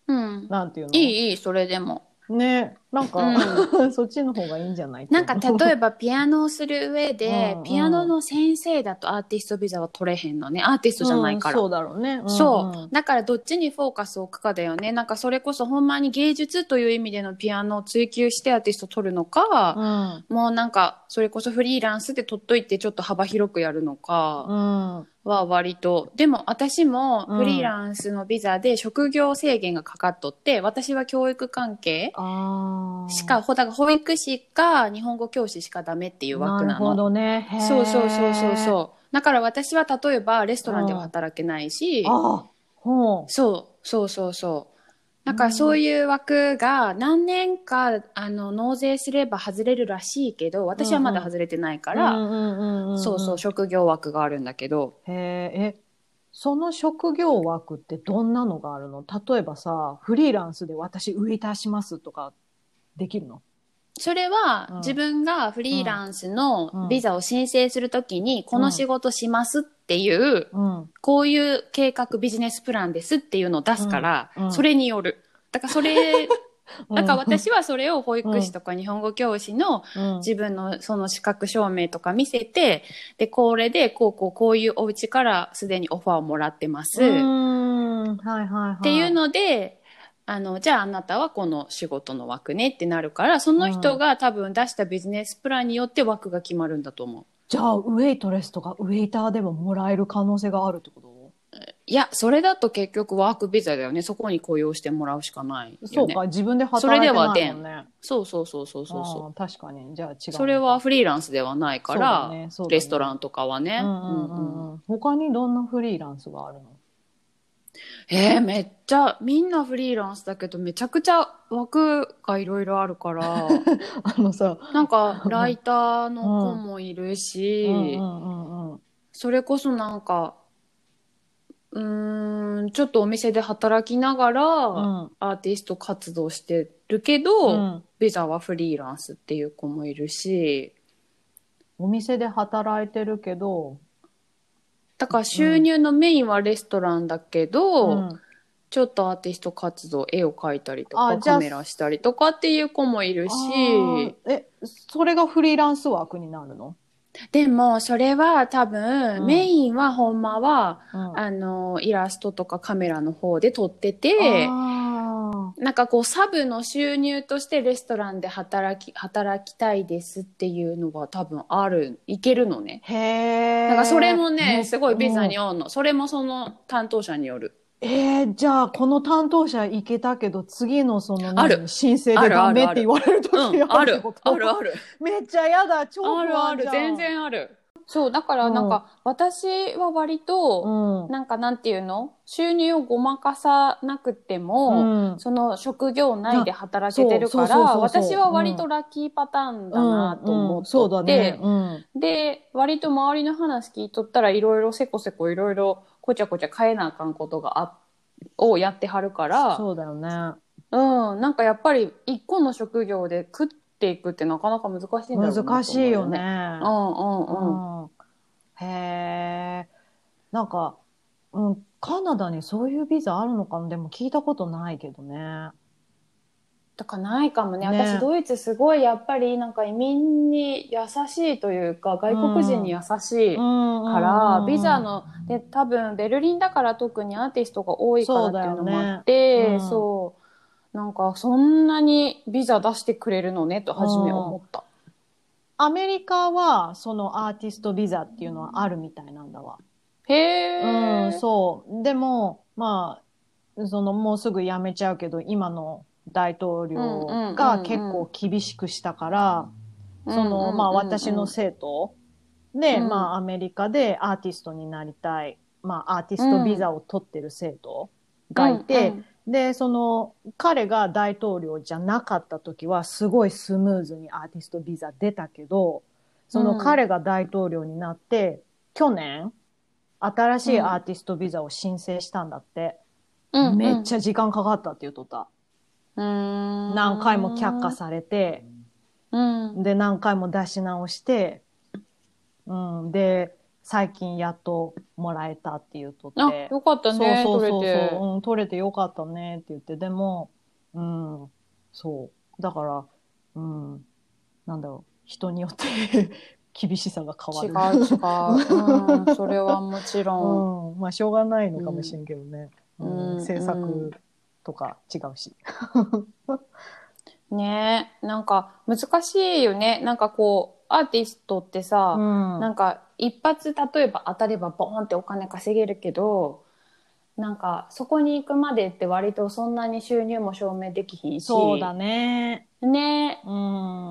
うんうん
なんていうの
いいいいそれでも。
ね、なんか、 そっちの方がいいんじゃない
なんか
え
例えばピアノをする上で、
うんうん
ピアノの先生だとアーティストビザは取れへんのねアーティストじゃないから。
そうだろうね。うん
そう。だからどっちにフォーカスを置くかだよね。なんかそれこそほんまに芸術という意味でのピアノを追求してアーティスト取るの
う
か、
ん。
もうなんかそれこそフリーランスで取っといてちょっと幅広くやるのか
うん。
は割と。でも私も
うん
フリーランスのビザで職業制限がかかっとって、私は教育関係
ああ。
しか、ほだから保育士か日本語教師しかダメっていう枠
な
な
るほ
の。
どね。へー
そうそうそうそうそう。だから私は例えばレストランでは働けないし、
ああ、ほう。
そうそうそうそう。だからそういう枠が何年かあの納税すれば外れるらしいけど私はまだ外れてないか、
からうんうんうんうん、
そうそう職業枠があるんだけど
へーえ、その職業枠ってどんなのがあるの例えばさ、フリーランスで私売り出しますとか、できるの
それ
う
は
ん
自分がフリーランスのビザを申請するときにこの仕事しますっていう
うん。
こういう計画ビジネスプランですっていうのを出すから、
うんうん
それによる。だからそれ、なん か私はそれを保育士とか日本語教師の
うん、
自分のその資格証明とか見せて、で、これでこうこうこういうお家からすでにオファーをもらってます。
う
っ
ん。はいはいはい。って
いうので、あの、じゃああなたはこの仕事の枠ねってなるから、その人が多分出したビジネスプランによって枠が決まるんだと思う。
じゃあ、ウェイトレスとかウェイターでももらえる可能性があるってこと
いや、それだと結局ワークビザだよね。そこに雇用してもらうしかないよ、ね。
そうか、自分で働
それ
い
で
て
は
ないもんね。
そうそうそうそうそう
あ
そ
ー確かに。じゃあ違うの
う。
か。
それはフリーランスではないから、
そうだねそうだね
レストランとかはね。
うんうんう
うんうん
んうん。他にどんなフリーランスがあるの
えー、めっちゃみんなフリーランスだけどめちゃくちゃ枠がいろいろあるから
あのさ、
なんかライターの子もいるし、
うんうんうんうん
それこそなんかうーんちょっとお店で働きながら、
うん
アーティスト活動してるけど、
うん
ビザはフリーランスっていう子もいるし
お店で働いてるけど、
だから収入のメインはレストランだけど、
うん
ちょっとアーティスト活動絵を描いたりと
あ
か
じゃあ
カメラしたりとかっていう子もいるし。
あーえ、それがフリーランス枠になるの
でも、それは多分、
うん
メインはほんまは、
うん
あの、イラストとかカメラの方で撮ってて、
あ
なんかこう、サブの収入としてレストランで働き、働きたいですっていうのが多分ある、いけるのね。
ーへえ。
だからそれもね、すごいビザに
うん
合うの。それもその担当者によ る。
えー、じゃあ、この担当者行けたけど、次のその、
ある
申請
あ
で
る
ダメ
ある
って言われる
う
時
ん、あ
って
る
こ、と
あるある。
めっちゃ嫌だ、超
あ
不
るあ
安じ
る、
ゃん。
全。然ある。そう、だからなんか、私は割と、
うん。
なんかなんていうの収入をごまかさなくても、
うん
その職業内で働けてるか
そうそうそう
ら、
そうそう
私は割とラッキーパターンだなと思
うん
っ
そう
と
だ
っ
ね
て。、
うん。
で、割と周りの話聞いとったらいろいろせこせこいろいろこちゃこちゃ変えなあかんことがあをやってはるから、
そうだよね。
うん、なんかやっぱり一個の職業で食っていくってなかなか難しいんだろうなと思う
難しいよね。。
うんうんうん。
うんへえ。なんか、うん、カナダにそういうビザあるのかなでも聞いたことないけどね。
とかないかもね
ね
私ドイツすごいやっぱりなんか移民に優しいというか外国人に優しいか
ん
ら、ビザ、ので多分ベルリンだから特にアーティストが多いからっていうのもあって
そ
そう,、
うだよねうん
なんかそんなにビザ出してくれるのねと初め思った、
アメリカは、そのアーティストビザっていうのはあるみたいなんだわ。
へえ、
うん、そう。でも、まあ、その、もうすぐ辞めちゃうけど、今の大統領が結構厳しくしたから、その、まあ私の生徒で、
うん
まあアメリカでアーティストになりたい、まあアーティストビザを取ってる生徒がいて、で、その彼が大統領じゃなかった時はすごいスムーズにアーティストビザ出たけど、その彼が大統領になって、去年、新しいアーティストビザを申請したんだって。めっち
ゃ
ゃ時間かかったって言うとった。何
何
回も却下されて、
うん
で、何回も出し直して、うん、で、最近やっともらえたって言うとって。
あよかったね
そうそ
取れ
うそう
て
そう、うん、取れてよかったねって言って、でも、うん、そう。だから、うん、なんだろう、人によって 厳しさが変
違う違
わる。う。
う、うん、それはもちろん
うん、まあ、しょうがないのかもしれんけどね。う
うん
ん、制
うん
作とか違うし。
ねなんか難しいよねなんかこうアーティストってさ、
ん
なんか一発例えば当たればボーンってお金稼げるけどなんかそこに行くまでって割とそんなに収入も証明できひんし
そうだね。
ね
う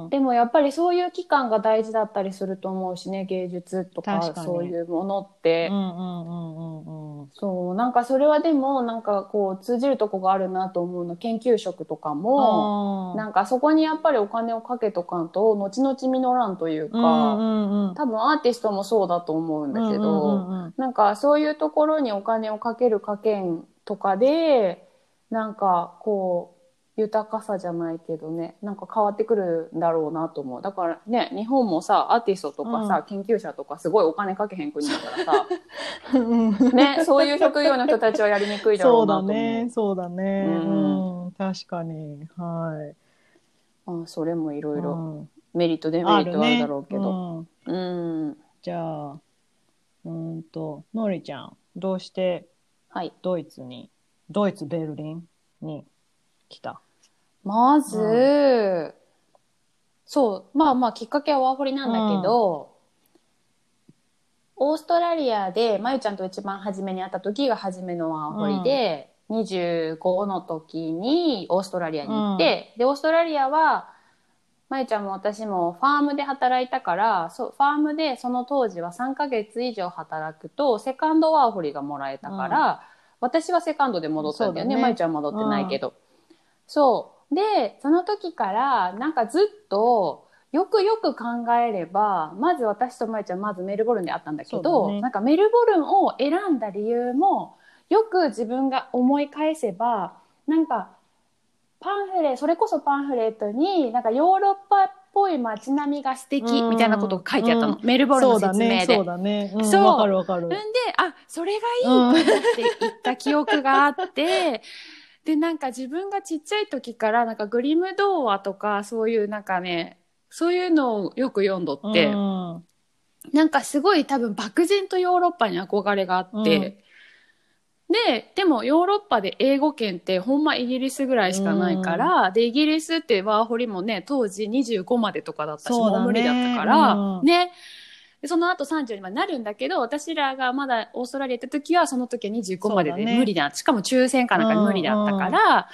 ん。
でもやっぱりそういう期間が大事だったりすると思うしね芸術とか
確かに
そういうものって、
うんうんうんうんうん。
そうなんかそれはでもなんかこう通じるとこがあるなと思うの研究職とかも、
あー
なんかそこにやっぱりお金をかけとかんと後々実らんというか、
うんうんうん。
多分アーティストもそうだと思うんだけど。
うんうんうん
なんかそういうところにお金をかけるかけんとかでなんかこう豊かさじゃないけどねなんか変わってくるんだろうなと思うだからね日本もさアーティストとかさ、研究者とかすごいお金かけへん国だからさ、
うんうん。
ね、そういう職業の人たちはやりにくいだろ
そうう
な
だ
と思う
ね、そうだね。
う
うんん、確かに。はい。
あそれもいろいろ
うん
メリットデメリットはあるだろうけど、
うん
うん
じゃあ、うーんと、のりちゃん、どうして
はい
ドイツに、ドイツ、ベルリンに来た
まず、
う
そう、まあまあきっかけはワーホリなんだけど、オーストラリアで、まゆちゃんと一番初めに会った時が初めのワーホリで、25の時にオーストラリアに行って、で、オーストラリアは、まゆちゃんも私もファームで働いたから、そうファームでその当時は3ヶ月以上働くと、セカンドワーホリがもらえたから、私はセカンドで戻ったんだよね。
そうだね
まゆちゃん戻ってないけど。そう。で、その時から、なんかずっと、よくよく考えれば、まず私とまゆちゃん、まずメルボルンで会ったんだけ
そう
ど、
だね
なんかメルボルンを選んだ理由も、よく自分が思い返せば、なんか、パンフレ、それこそパンフレットに、なんかヨーロッパっぽい街並みが素敵
うん
みたいなことが書いてあったの。
う
メルボルン
そ
の
うだ
説明
ね、
で。
そうだね。うん
そう
わかるわかる
うん。で、あ、それがいいと思って行った記憶があって、で、なんか自分がちっちゃい時から、なんかグリム童話とか、そういうなんかね、そういうのをよく読んどって、
うん
なんかすごい多分漠然とヨーロッパに憧れがあって、で、でもヨーロッパで英語圏ってほんまイギリスぐらいしかないから、で、イギリスってワーホリもね、当時25までとかだったし、
そうだね
もう無理だったから、
うん
ね。でその後30にはなるんだけど、私らがまだオーストラリア行った時は、その時は25まで
そう
で
だね
無理だ。しかも抽選かなんか無理だったから、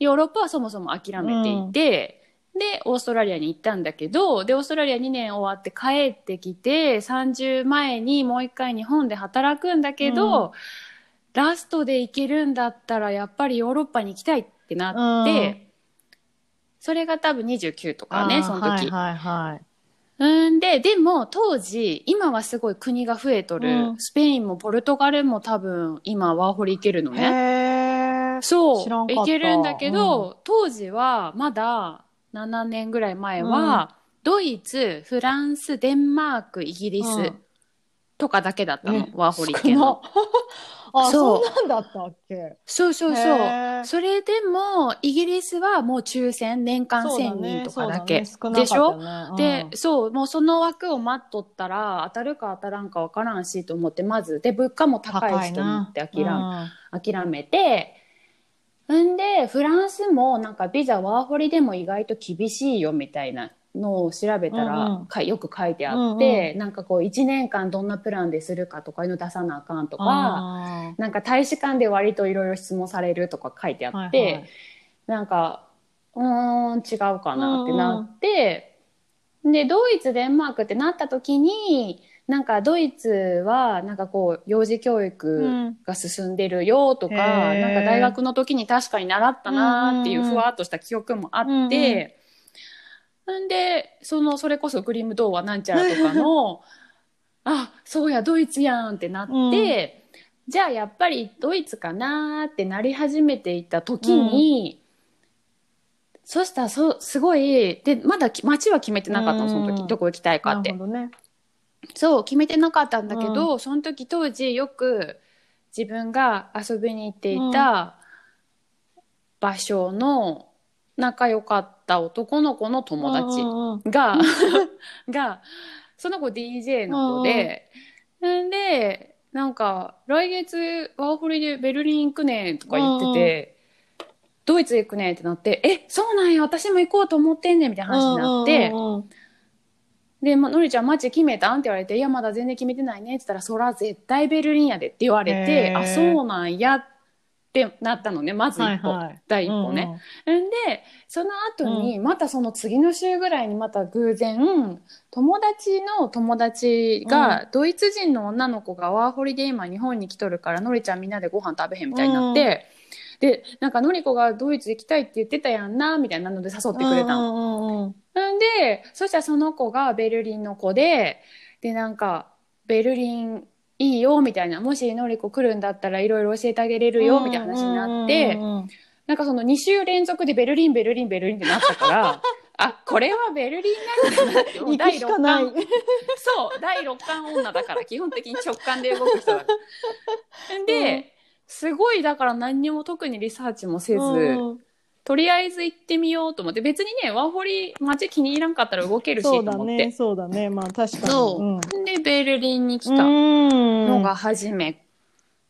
ヨーロッパはそもそも諦めていて、で、オーストラリアに行ったんだけど、で、オーストラリア2年終わって帰ってきて、30前にもう一回日本で働くんだけど、ラストで行けるんだったら、やっぱりヨーロッパに行きたいってなって、
うん
それが多分29とか
あ
ね、
ー
その時。
はいはいはい。
うんで、でも当時、今はすごい国が増えとる、
うん
スペインもポルトガルも多分今ワーホリ行けるのね。
へー
そう
知らんかった
行けるんだけど、当時はまだ7年ぐらい前は、ドイツフランスデンマークイギリス、
うん
とかだけだったの
え
ワーホリ
少
系
な
の。
あ、
そ
そううなんだったっけ
そうそう
へ
そう。
ー
それでもイギリスはもう抽選年間
そうだ
1000
ね
人とかだ
そう
け。
ね少なか
で
っ
した
よ
ょ
ね
で
うん、
そう、もうその枠を待っとったら、当たるか当たらんかわからんしと思って、まず、で、物価も高いしと思って諦め、
な
諦めて、んで、フランスもなんかビザワーホリでも意外と厳しいよみたいなのを調べたら、
うんうん
かよく書いてあって、なんかこう1年間どんなプランでするかとかいうの出さなあかんと
と
か、なんか大使館で割といろいろ質問されるとか書いてあって、なんか、うーん、違うかなって
うんうん
なって、で、ドイツ、デンマークってなった時に、なんかドイツは、なんかこう、幼児教育が進んでるよとか、
へー
なんか大学の時に確かに習ったなっていう
うんうんうん
ふわっとした記憶もあって、
うんうん
なんで、その、それこそクリーム童話なんちゃらとか の、あ、そうや、ドイツやんってなって、じゃあやっぱりドイツかなーってなり始めていた時に、そしたらそ、すごい、で、まだき街は決めてなかったの、その時、
うん
どこ行きたいかっ
な
て
る。ほどね。
そう、決めてなかったんだけど、その時当時よく自分が遊びに行っていた場所の仲良かった男の子の友達。
うんうん
が、 が、その子 DJ の子で、んで、なんか、来月ワーホリでベルリン行くねんとか言ってて、ドイツ行くねんってなって、え、そうなんや、私も行こうと思ってんねんみたいな話になって、
うんうんうん
で、ま、のりちゃんマジ決めたんって言われて、いや、まだ全然決めてないねって言ったら、そら絶対ベルリンやでって言われ
へ
て、
ー
あ、そうなんやってなったのね、まず
はい
一歩。
はい。
第一歩ね。んでその後にまたその次の週ぐらいにまた偶然友達の友達がドイツ人の女の子がワーホリで今日本に来とるからのりちゃんみんなでご飯食べへんみたいになって、でなんかのりこがドイツ行きたいって言ってたやんなみたいなので誘ってくれたの。
の。
んでそしたらその子がベルリンの子ででなんかベルリンいいよみたいなもしのりこ来るんだったらいろいろ教えてあげれ
い
るよみたいな話になって。なんかその2週連続でベルリン、ベルリン、ベルリンってなった から、あ、これはベルリンなんだなって、もう
行く
第
し
6
かない。
巻、そう、第6巻女だから、基本的に直感で動く人だから。で、
うん
すごいだから何にも特にリサーチもせず、
うん
とりあえず行ってみようと思って、別にね、ワーホリ街気に入らんかったら動けるしと
そうだ
思っ
ね、
て。
そうだね。まあ確かに。
そう
うん
で、ベルリンに来
う
た
ん
のが初め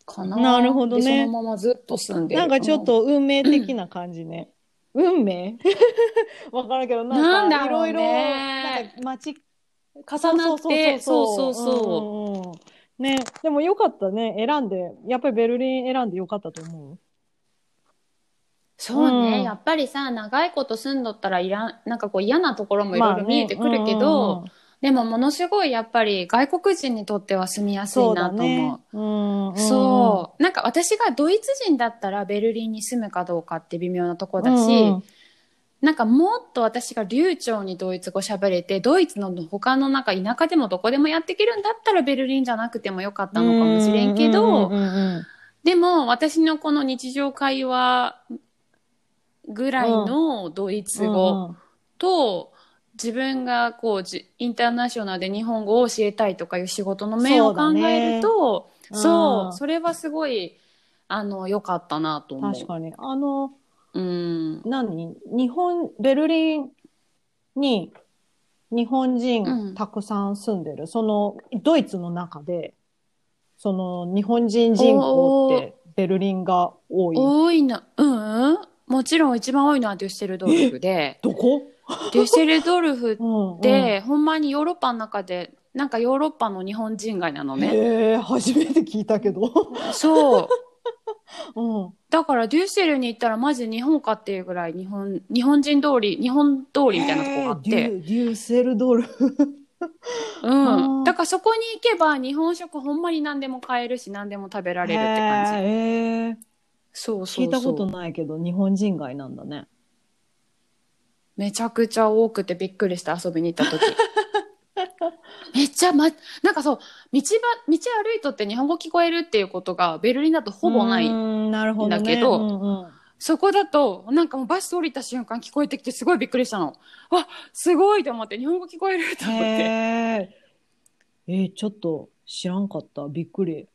かな。
なるほどね
でそのままずっと住んでる
なんかちょっと運命的な感じね。運命 わからんけど、なん
なんだ
かい
ろ
ろ
うね
いろ、なんか街、
重なって、そうそうそう。
うんうんうんね、でもよかったね。選んで、やっぱりベルリン選んでよかったと思う。
そうね、
うん
やっぱりさ長いこと住んどったらいらんなんかこう嫌なところもいろい
まあ
ろ
ね
見えてくるけど、
うんうんうん
でもものすごいやっぱり外国人にとっては住みやすい
そう
な
だ
と思
ね
う。。
うんうん
そうなんか私がドイツ人だったらベルリンに住むかどうかって微妙なとこだし、
うんうん
なんかもっと私が流暢にドイツ語喋れてドイツの他のなんか田舎でもどこでもやっていけるんだったらベルリンじゃなくてもよかったのかもしれんけど、
うんうんうんうん
でも私のこの日常会話ぐらいのドイツ語と、自分がこうじインターナショナルで日本語を教えたいとかいう仕事の面を考えるとそう,、
そうだねうん
それはすごいあの良かったなと
うん
思
うん
う。
確かに。あの、
うん
何日本、ベルリンに日
う
本
ん
人たくさん住んでる。その、ドイツの中で、その、日本人人口ってベルリンが多い。
多いのうんうんもちろん一番多いのはデュッセルドルフで
どこ
デュッセルドルフ
うん、
って、ほんまにヨーロッパの中でなんかヨーロッパの日本人街なの
うん、
ね。
へえ、初めて聞いたけど。
そう
うん。
だからデュッセルに行ったらマジ日本かっていうぐらい日本日本人通り日本通りみたいなとこがあっ
へ
て、
えデュデューセルドルフ。
う
あ
ん、
ー
だからそこに行けば日本食ほんまに何でも買えるし何でも食べられるって感じ
へえへえ
そうそうそう
聞いたことないけど、日本人街なんだね。
めちゃくちゃ多くてびっくりして遊びに行った時 めっちゃ、ま、なんかそう道ば道歩いとって日本語聞こえるっていうことがベルリンだとほぼない、
うーんなるほど、ね。
だけど
うんうん
そこだとなんかもうバス降りた瞬間聞こえてきてすごいびっくりしたのわすごいと思って日本語聞こえると思って。
へーえーちょっと知らんかった。びっくり。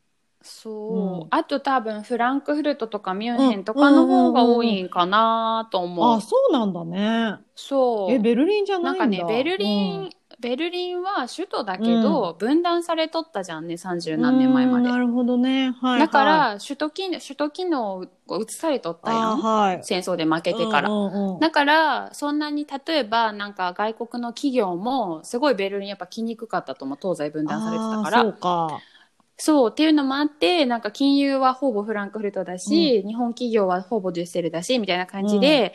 そう、
うん
あと多分フランクフルトとかミュンヘンとかの方が多いんかなと思う,、
あ、そうなんだね。
そう
え、ベルリンじゃな
ないん
んだ
かねベルリン、
うん
ベルリンは首都だけど、分断されとったじゃんね30何年前ま
うん
で、
なるほどね。はい、はい。
だか、ら首都機首都機能が移されとったや
あ
ん
はい。
戦争で負けてから、
うんうんうん
だからそんなに例えばなんか外国の企業もすごいベルリンやっぱ来にくかったと思う東西分断されてたか
あーそ
ら
うか。
そうっていうのもあってなんか金融はほぼフランクフルトだし、日本企業はほぼデュッセルだしみたいな感じで、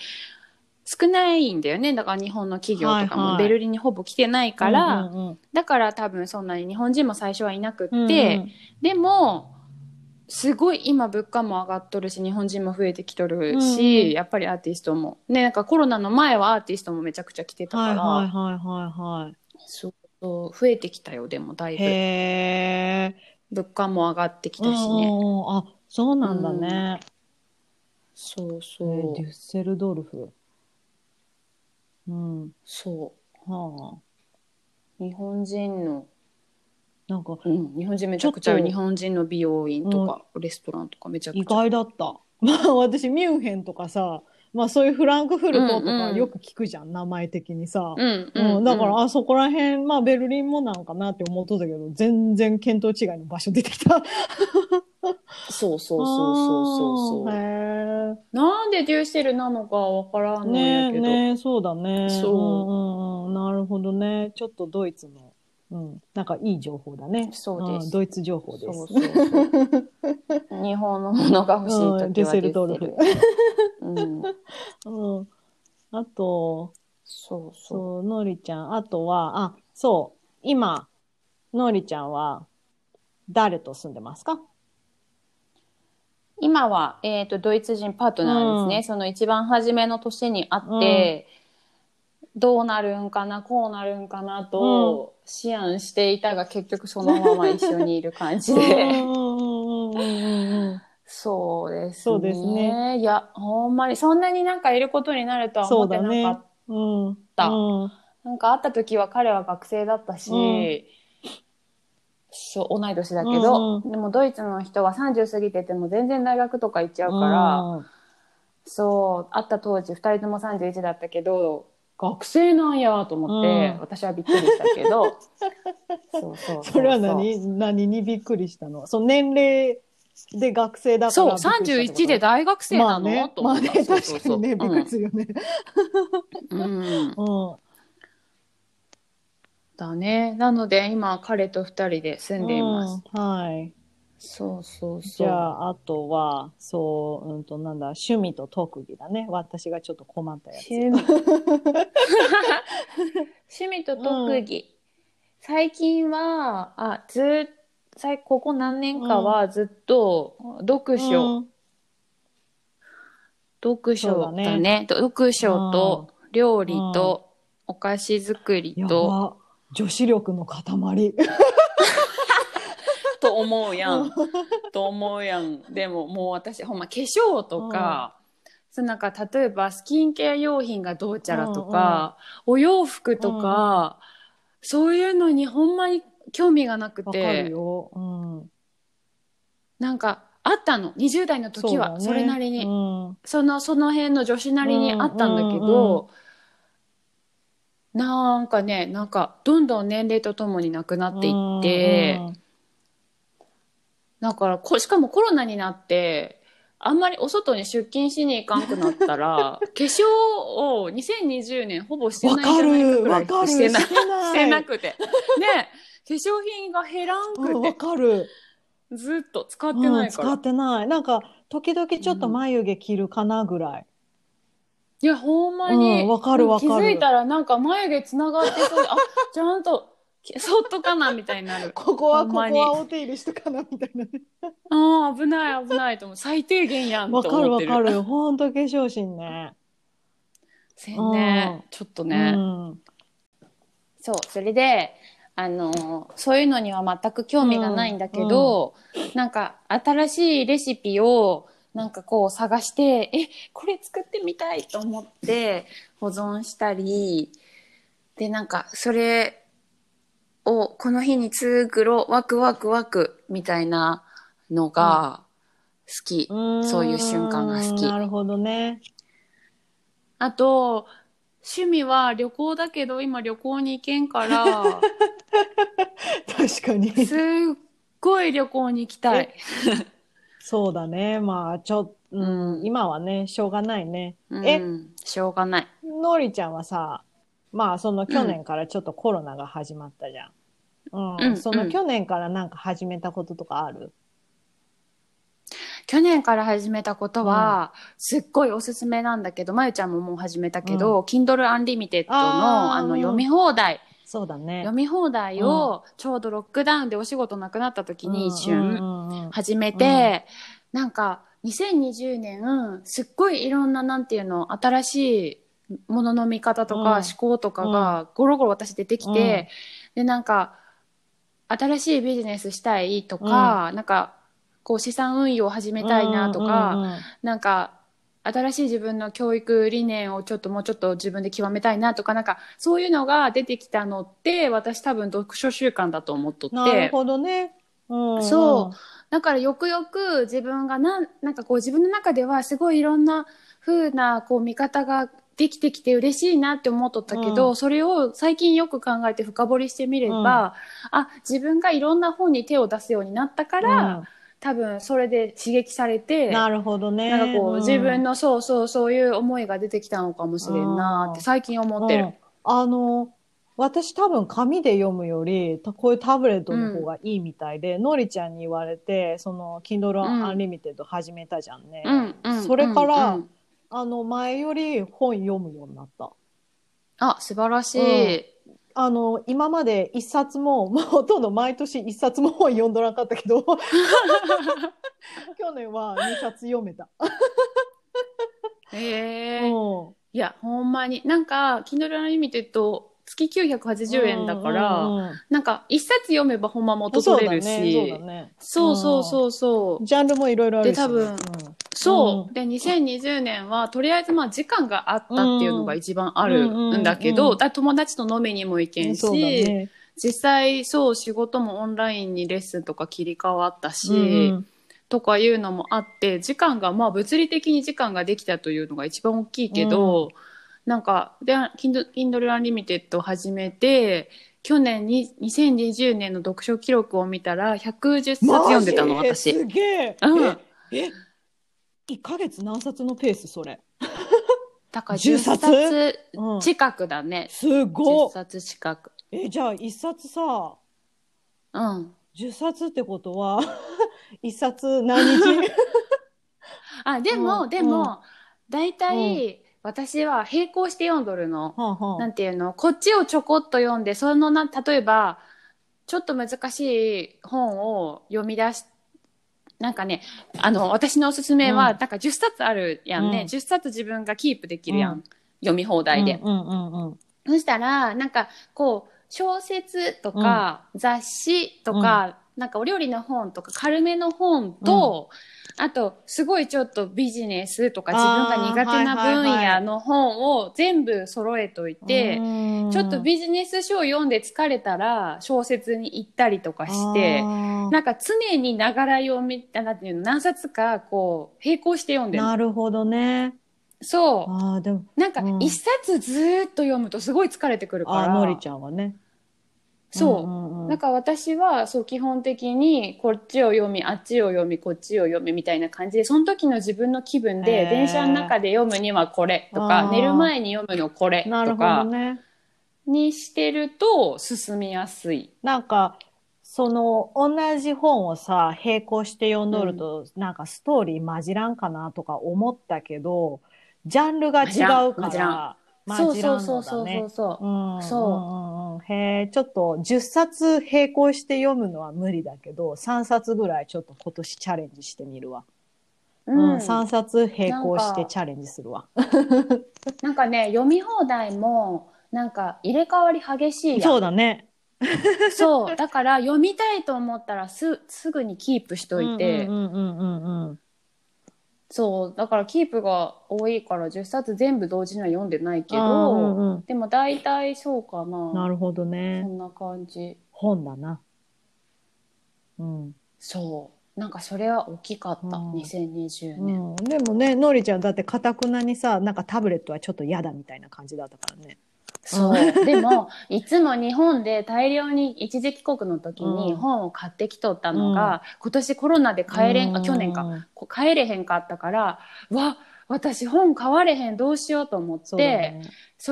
少ないんだよねだから日本の企業とか
はい
も
はい
ベルリンにほぼ来てないから、
うんうんうん
だから多分そんなに日本人も最初はいなくって、
うんうん
でもすごい今物価も上がっとるし日本人も増えてきとるし、
うんうん
やっぱりアーティストもねなんかコロナの前はアーティストもめちゃくちゃ来てた
は
か
い
ら、
はいはいはいはい。
そうそう増えてきたよでもだいぶ
へえ。
物価も上がってき
うん
た
う
しね
んうんあ、そうなんだね。
そう
えー
そ
デュ
う
ッセルドルフ。うん。
そ
は
う日本人の、
あ。なんか
うん、日本人めちゃくちゃ
ちょっと
日本人の美容院とか、レストランとかめちゃく
意
ちゃ
外だった。 まあ私ミュンヘンとかさ、まあそういうフランクフル
う
トと
ん
か
うん
よく聞くじゃん、名前的にさ。
うん
うんだから、
うん
あそこら辺、まあベルリンもなんかなって思っとったけど、全然見当違いの場所出てきた。そう
そうそうそうそうそうそう
へ
なんでデューシェルなのかわから
え。
んの
ね
や
え、
けど、
ねえ、そうだね。
そう
うんうんうん。なるほどね。ちょっとドイツの、うん、なんかいい情報だね。
そうです
んドイツ情報で
そ
す。
うそうそう日本のものが欲しい
うん、
時
デュ
は
セルドルフ。
うん、
うん。あと、
そうそう
そう、のりちゃん。あとは、あ、そう、今、のりちゃんは、誰と住んでますか
今は、えー、とドイツ人パートナーですね、
うん
その一番初めの年に会って、どうなるんかなこうなるんかなと思案していたが結局そのまま一緒にいる感じ
う
で
んうんうんうんうんうん
そうですね
そうですね
いやほんまにそんなになんかいることになるとは思ってなかった、
うん。うん。
たなんか会った時は彼は学生だったし、
うん
そう同い年だけど、
うんう
でもドイツの人は30過ぎてても全然大学とか行っちゃ
だ
うから、そう会った当時2人とも31だったけど学生なんやと思って、
うん
私はびっくりしたけ どそうそううう
それは何、何にびっくりしたのその年齢で学生だか
そう
ら。びっくり
31で
したってこと
大学生なの、
まあね、
と
ま
思
あ
っ
ね、
た、そうそ
確
う
か
そう
にね、びっくりするよね。
うんうん
うん。
だねなので今彼と2人で住んでいます、
うんはい。
そうそうそう
じゃあ、あとは、そう、うんと、なんだ、趣味と特技だね。私がちょっと困ったやつ。
趣味 趣味と特技、最近はあずっ最ここ何年かはずっと読書、
うん
読書だね
そうだ
と読書と料理とお菓子作り
や
と、
ば。女子力の塊。
と思うや んと思うやんでももう私ほんま化粧とか、そのなんか例えばスキンケア用品がどうちゃらとか、お洋服とか、そういうのにほんまに興味がなく
わかる
て
よ。うん。
なんかあったの20代の時はそれなりに、
うん
そのその辺の女子なりにあったんだけ
うんうん
ど、なんかねなんかどんどん年齢とともになくなっていって。だからこしかもコロナになってあんまりお外に出勤しに行かんくなった ら化粧を2020年ほぼして
わ
ないんじ
か
ゃないか
る、
ぐら
わ
い
かる。
してな
な
してなくてね化粧品が減らん
うん
く
わ
て、
かる。
ずっと使って
う、
なんいか
使
ら、
ってない。なんか、時々ちょっと眉毛切るかなぐらい。
いやほんまに、
うんわかるわかる
気づいたらなんか眉毛つながってそうあちゃんとそっとかなみたいになる
ここは、
ほ
こ
ん
こ
まに
はお手入れしとかな、みたいなね。
ああ危ない危ないと思う最低限やんと
わかる
思っ
わ
てる
かる。ほんと化粧品ね。
せんねちょっとね、
うん
そうそれであのーそういうのには全く興味がないんだけど、なんか新しいレシピをなんかこう探してえこれ作ってみたいと思って保存したりでなんかそれをこの日に作ろうワクワクワクみたいなのが好き、
うん
そういう瞬間が好き
なるほ どね。
あと趣味は旅行だけど今旅行に行けんから
確かに。
すっごい旅行に行きたい。
そうだね。まあ、ちょっと、うん、今はね、しょうがないね。え
うん、しょうがない。
のりちゃんはさ、まあ、その去年からちょっとコロナが始まったじゃん。うん
うん
そうの
ん
去年からなんか始めたこととかある、
去年から始めたことは、すっごいおすすめなんだけど、まゆちゃんももう始めたけど、Kindle Unlimited の
あー
あの
うん
読み放題、
そうだね
読。み放題をちょうどロックダウンでお仕事なくなった時に一
うん
瞬
うんうんうん
始めて、なんか2020年、すっごいいろんななんていうの、新しいものの見方とか
うん
思考とかがゴロゴロ私出てきて、で、なんか、新しいビジネスしたいとか、なんか、こう資産運用を始めたいなとか、
うんうんうん
なんか新しい自分の教育理念をちょっともうちょっと自分で極めたいなとかなんかそういうのが出てきたのって私多分読書習慣だと思っとっ
なる
て
ほどね。うんうん
そだからよくよく自分がなんなんかこう自分の中ではすごいいろんな風なこう見方ができてきて嬉しいなって思っとったけど、
う
それを最近よく考えて深掘りしてみれば、
うん
あ自分がいろんな本に手を出すようになったから、多分それで刺激され
うん
て
なるほどね。
なんかこう、自分
の
のそうそうそういう思いが出てきたのかもしれんなーって
うん
最近思ってる。
あの、私多分紙で読むより、たこういうタブレットの方がいいみたいで、のりちゃんに言われて、その、Kindle
うん
Unlimited 始めたじゃんね。
うんうん
それから
うんうん
あの、前より本読むようになった。
あ素晴らしい。
あの、今まで一冊も、 まあ、ほとんど毎年一冊も本読んどらんかったけど、 去年は二冊読めた。
へえ
うん
いやほんまになんか Kindle Unlimited 月980円だから、
うんうんうん
なんか一冊読めばほんま元取れる
そうだね
し。
そうだね。
そうそうそうそう。
ジャンルもいろいろある
で
し、
多分
うん
そう、
う
で2020年はとりあえずまあ時間があったっていうのが一番あるんだけ
うんうん
ど、
うん
だ友達と飲みにも行けんし、
そうだね。
実際そう仕事もオンラインにレッスンとか切り替わったし、
うん
とかいうのもあって時間がまあ物理的に時間ができたというのが一番大きいけど、なんかで Kindle Kindle Unlimited を始めて去年に2020年の読書記録を見たら110冊
マジ
読んでたの私。
すげえ。
うん
え、え、一ヶ月何冊のペースそれ。
だから
10
10
冊
冊
うん
近くだね、
すご
10
っ。
冊近く。
え、じゃあ一冊さ、
うん
十冊ってことは 一冊 何日？
あで
う
も
ん
でも大体私は並行して読んどるの。
はんは。
なんんていうのこっちをちょこっと読んでそのな例えばちょっと難しい本を読み出しなんかねあの私のおすすめは、
うん
なんか10冊あるやんね、
うん
10冊自分がキープできるやん、
うん
読み放題で、
うんうんうんうん。
そしたらなんかこう小説とか、雑誌とか、なんかお料理の本とか軽めの本と、あとすごいちょっとビジネスとか自分が苦手な
あーはいはい
分
は
野
い
の本を全部揃えといて、
うん
ちょっとビジネス書を読んで疲れたら小説に行ったりとかして
あ、ー
なんか常にながら読み、なんていうの、何冊かこう、並行して読んでる。
なるほどね。
そ
ああでも
う。なんか
うん
一冊ずーっと読むとすごい疲れてくるか
あー
ら。
のりちゃんはね。
そう。
んん
なんか私はそう基本的にこっちを読みあっちを読みこっちを読みみたいな感じでその時の自分の気分
へ
で
ー
電車の中で読むにはこれと
あ
か
ー
寝る前に読むのこれ
なる
と
ほど
か
ね。
にしてると進みやすい。
なんか、その、同じ本をさ、並行して読んどると、なんかストーリー混じらんかなとか思ったけど、ジャンルが違
混
うか
じら
ら、混じらん
そ
の
うそうそうそう
だね。
そう。
うん
そう
うんうんうんへえ、ちょっと10冊並行して読むのは無理だけど、3冊ぐらいちょっと今年チャレンジしてみるわ。うん、3冊並行してチャレンジするわ。
なんかね読み放題もなんか入れ替わり激しいやん
そうだね。
そうだから読みたいと思ったらすすぐにキープしといて、
うんうんうんうんうん。
そうだからキープが多いから10冊全部同時には読んでないけ
あー
ど、
うんうん
でも大体そうかな
なるほど
そ
ね。
んな感じ
本だな。うん。
そうなんかそれは大きかった、
うん
2020
う
年、
ん、でもね、のりちゃんだってかたくなにさ、なんかタブレットはちょっと嫌だみたいな感じだったからね。
そう。でも、いつも日本で大量に一時帰国の時
う
に
ん
本を買ってきとったのが、今年コロナで帰れん、あ、去年か。
か。
こう帰れへんかったから、うわ、私本買われへん、どうしようと思って、
そ
そ,、
うだね。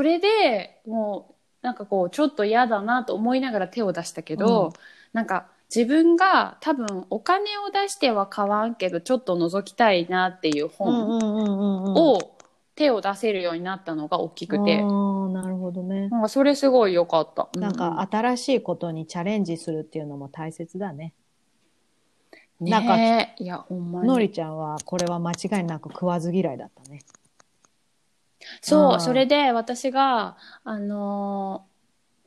れで、もう、なんかこうちょっと嫌だなと思いながら手を出したけど、
うん
なんか自分が多分お金を出しては買わんけどちょっと覗きたいなっていう本
を
を手を出せるようになったのが大き
く
く
て。
て、
なるほどね。
なんかそれすごい良かった。
なん
う
か新しいことにチャレンジするっていうのも大切だね。
うん
なんか
ねえいやほんま
の
に
りちゃんはこれは間違いなく食わず嫌いだったね。
そううんそれで私があのー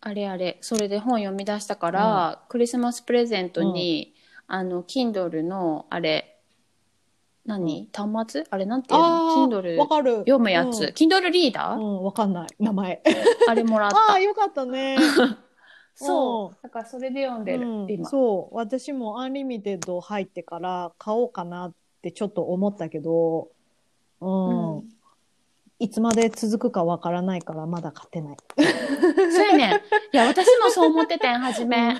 あれあれそれで本読み出したから、クリスマスプレゼントに、あの Kindle のあれ何、端末あれなんていうの Kindle
わかる。
読むやつ、Kindle リーダ
う
ー、
ん。うん、わかんない。名前。
あれもらっ
ああ
た
ー、よかったね。
そううだからそれで読んでる、
うん
今
そう私もアンリミテッド入ってから買おうかなってちょっと思ったけど、うん
うん
いつまで続くかわからないからまだ買ってない。
そうやねん。いや、私もそう思ってたん、初め。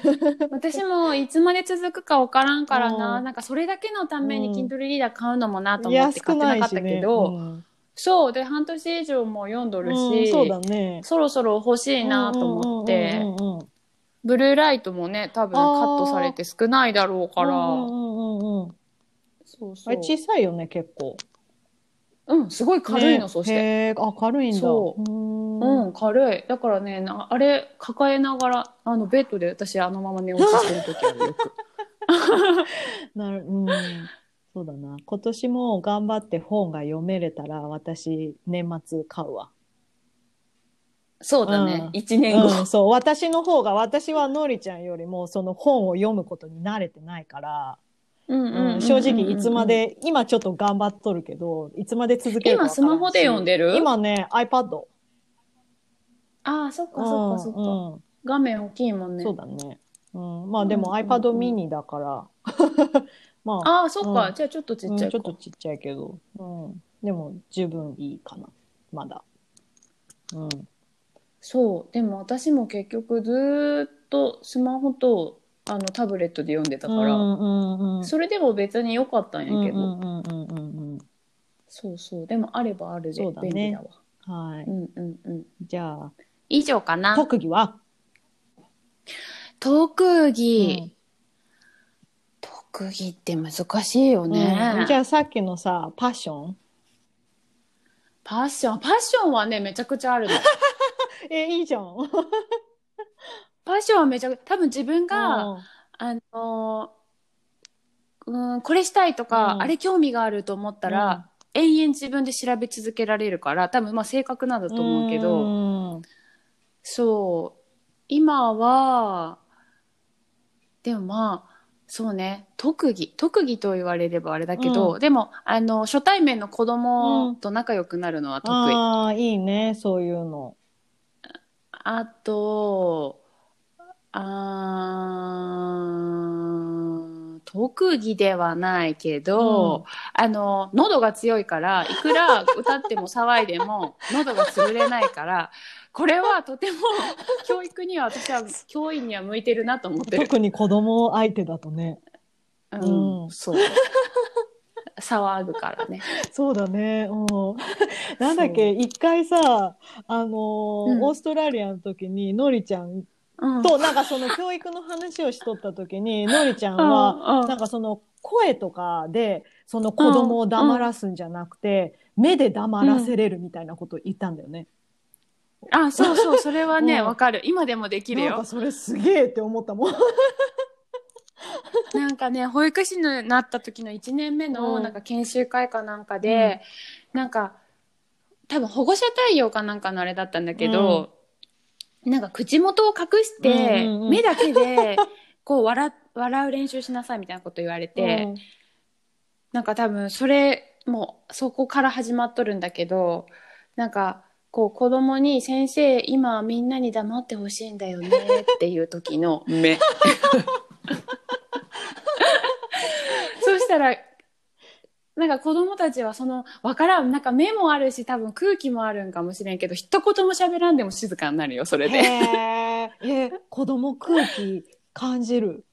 私もいつまで続くかわからんからな、
うん
なんかそれだけのために
うん
Kindle リーダー買うのもなと思って
安
買
く
ってな
ない
かっ
したね。
けど、
うん
そう、で、半年以上も読んどるし、
うんそうだね。
そろそろ欲しいなと思って、
うんうんうんうん
ブルーライトもね、多分カットされて少ないだろうから、
うんうんうんうん
そうそ
あれ
う。
小さいよね結構。
うん、すごい軽いの、
ね
そして。
へーあ軽いんだ。。
そう
ん。
うん、軽い。だからね、なあれ、抱えながら、あの、ベッドで私、あのまま寝落ちしてる時あ るよく。
なる、うん。そうだな。今年も頑張って本が読めれたら、私、年末買うわ。
そうだね
うん。
一、年後。
うん、 そう。私の方が、私はのりちゃんよりも、その本を読むことに慣れてないから、
うんうんうんう
うんん正直、いつま。で、今ちょっと頑張っとるけど、いつまで続ける
今
かわからんし
スマホで読んでる
今ね、iPad。
ああ、そっか
うん
そっかそっか。
うん
画面大きいもんね。
そうだね。うん。まあでも
うんうんうん
iPad mini だから、 まあ、
ああ、そっか、
うん
じゃあちょっとち
う
っ
ん
ち
ち
ゃい
ょっ
か、
とちっちゃいけど、うん、でも十分いいかなまだ、うん、
そう。でも私も結局ずーっとスマホとあのタブレットで読んでたから、
うんうんうん
それでも別に良かったんやけど、
うんうんうんうんうん
そうそう。でもあればあるで
そうだ
便
ね
利だわ。
は
う
い
んうんうん。
じゃあ
以上かな。
特技は、
特
うん
技、特技って難しいよね。
うんじゃあさっきのさパッション
パッション、パッションはね、めちゃくちゃある の。
えいいじゃん
パッションはめちゃく多分自分が、
うん
あのーうん、これしたいとか、
うん
あれ興味があると思ったら、延々自分で調べ続けられるから多分まあ性格なんだと思うけど、
うん
そう今はでもまあそうね特技特技と言われればあれだけど、
う
でもあの初対面の子
う
供
ん
と仲良くなるのは得意、
ああいいねそういうの
あと、あー特技ではないけど、あの、喉が強いから、いくら歌っても騒いで も、喉が潰れないから、これはとても教育には私は教員には向いてるなと思ってる。
特に子供相手だとね
うん、
うん
そう。騒ぐからね。
そうだね。うん。なんだっけ、一回さ、あのー
うん
オーストラリアの時に、のりちゃん
うん。
と、なんかその教育の話をしとった時 に、のりちゃん
うん、
は、
うん
なんかその声とかで、その子供を黙らすんじゃなくて、目で黙らせれるみたいなことを言ったんだよね。
あ、そうそう、それはね、
うん
わかる。今でもできる
なん
よ
か。それすげえって思ったもん。
なんかね保育士になった時の1年目の
うん
なんか研修会かなんかで、なんか多分保護者対応かなんかのあれだったんだけど、なんか口元を隠して、
うんうんうん
目だけでこう笑笑う練習しなさいみたいなこと言われて、
うん
なんか多分それもうそこから始まっとるんだけどなんかこう子供に「先生今みんなに黙ってほしいんだよね」っていう時の目 そうしたらなんか子供たちはその分からんなんか目もあるし多分空気もあるんかもしれんけど一言も喋らんでも静かになるよそれで
へえ。え、子供空気感じる。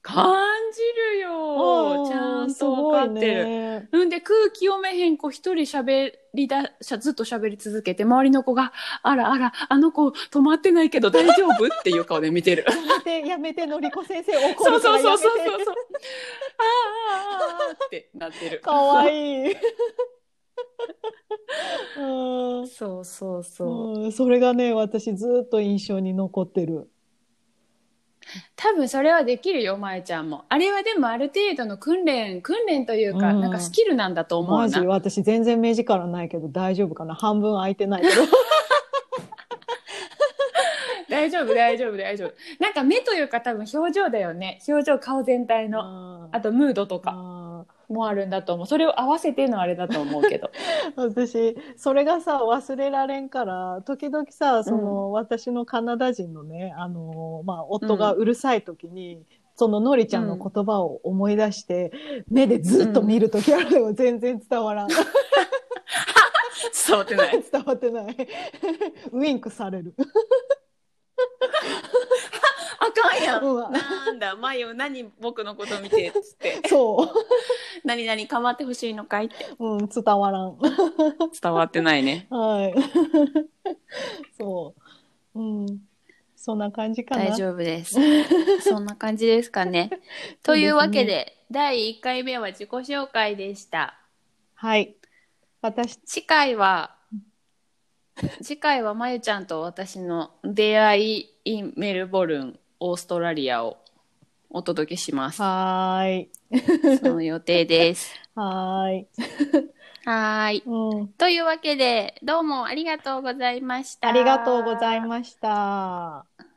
感じるよちゃんと分かってる、
る。
うんで空気読めへん子一人喋りだしゃずっと喋り続けて周りの子が「あらあらあの子止まってないけど大丈夫?」っていう顔で見て る
やめて、やめて、のりこ先生怒
そう
るか
そ
ら
うそ
や
うそう
め
そう
て。
そうあーあーあーあーってなってる
かわいい。うん
そうそうそう、
うん、それがね、私ずっと印象に残ってる。
多分それはできるよまえちゃんもあれはでもある程度の訓練訓練というか、
うん
なんかスキルなんだと思
マ
う
ジ
な
私全然目力ないけど大丈夫かな半分空いてないけど。
大丈夫大丈夫大丈夫なんか目というか多分表情だよね表情顔全体の、
あ
あとムードとか、
あ
もあるんだと思う。それを合わせてのあれだと思うけど。
私それがさ忘れられんから時々さその、私のカナダ人のねあの、まあ、夫がうるさい時に、そののりちゃんの言葉を思い出して、目でずっと見る時あるのよ全然伝わ らん伝
そうって ない。
わってないウインクされる
あかんや
うんわ
ん。なんだ、マヨ、何僕のこと見てっつって。
そ
何々かまってほしいのかいって。
う、うん、伝わらん
伝わってないね。
はい そううんそんな感じかな
大丈夫です。そんな感じですか ね。というわけで、第1回目は自己紹介でした。
はい私
次回は、次回はまゆちゃんと私の出会い in メルボルン、オーストラリアをお届けします。
はーい
その予定です。
はーい
はーい。
うん
というわけで、どうもありがとうございました。
ありがとうございました。
す。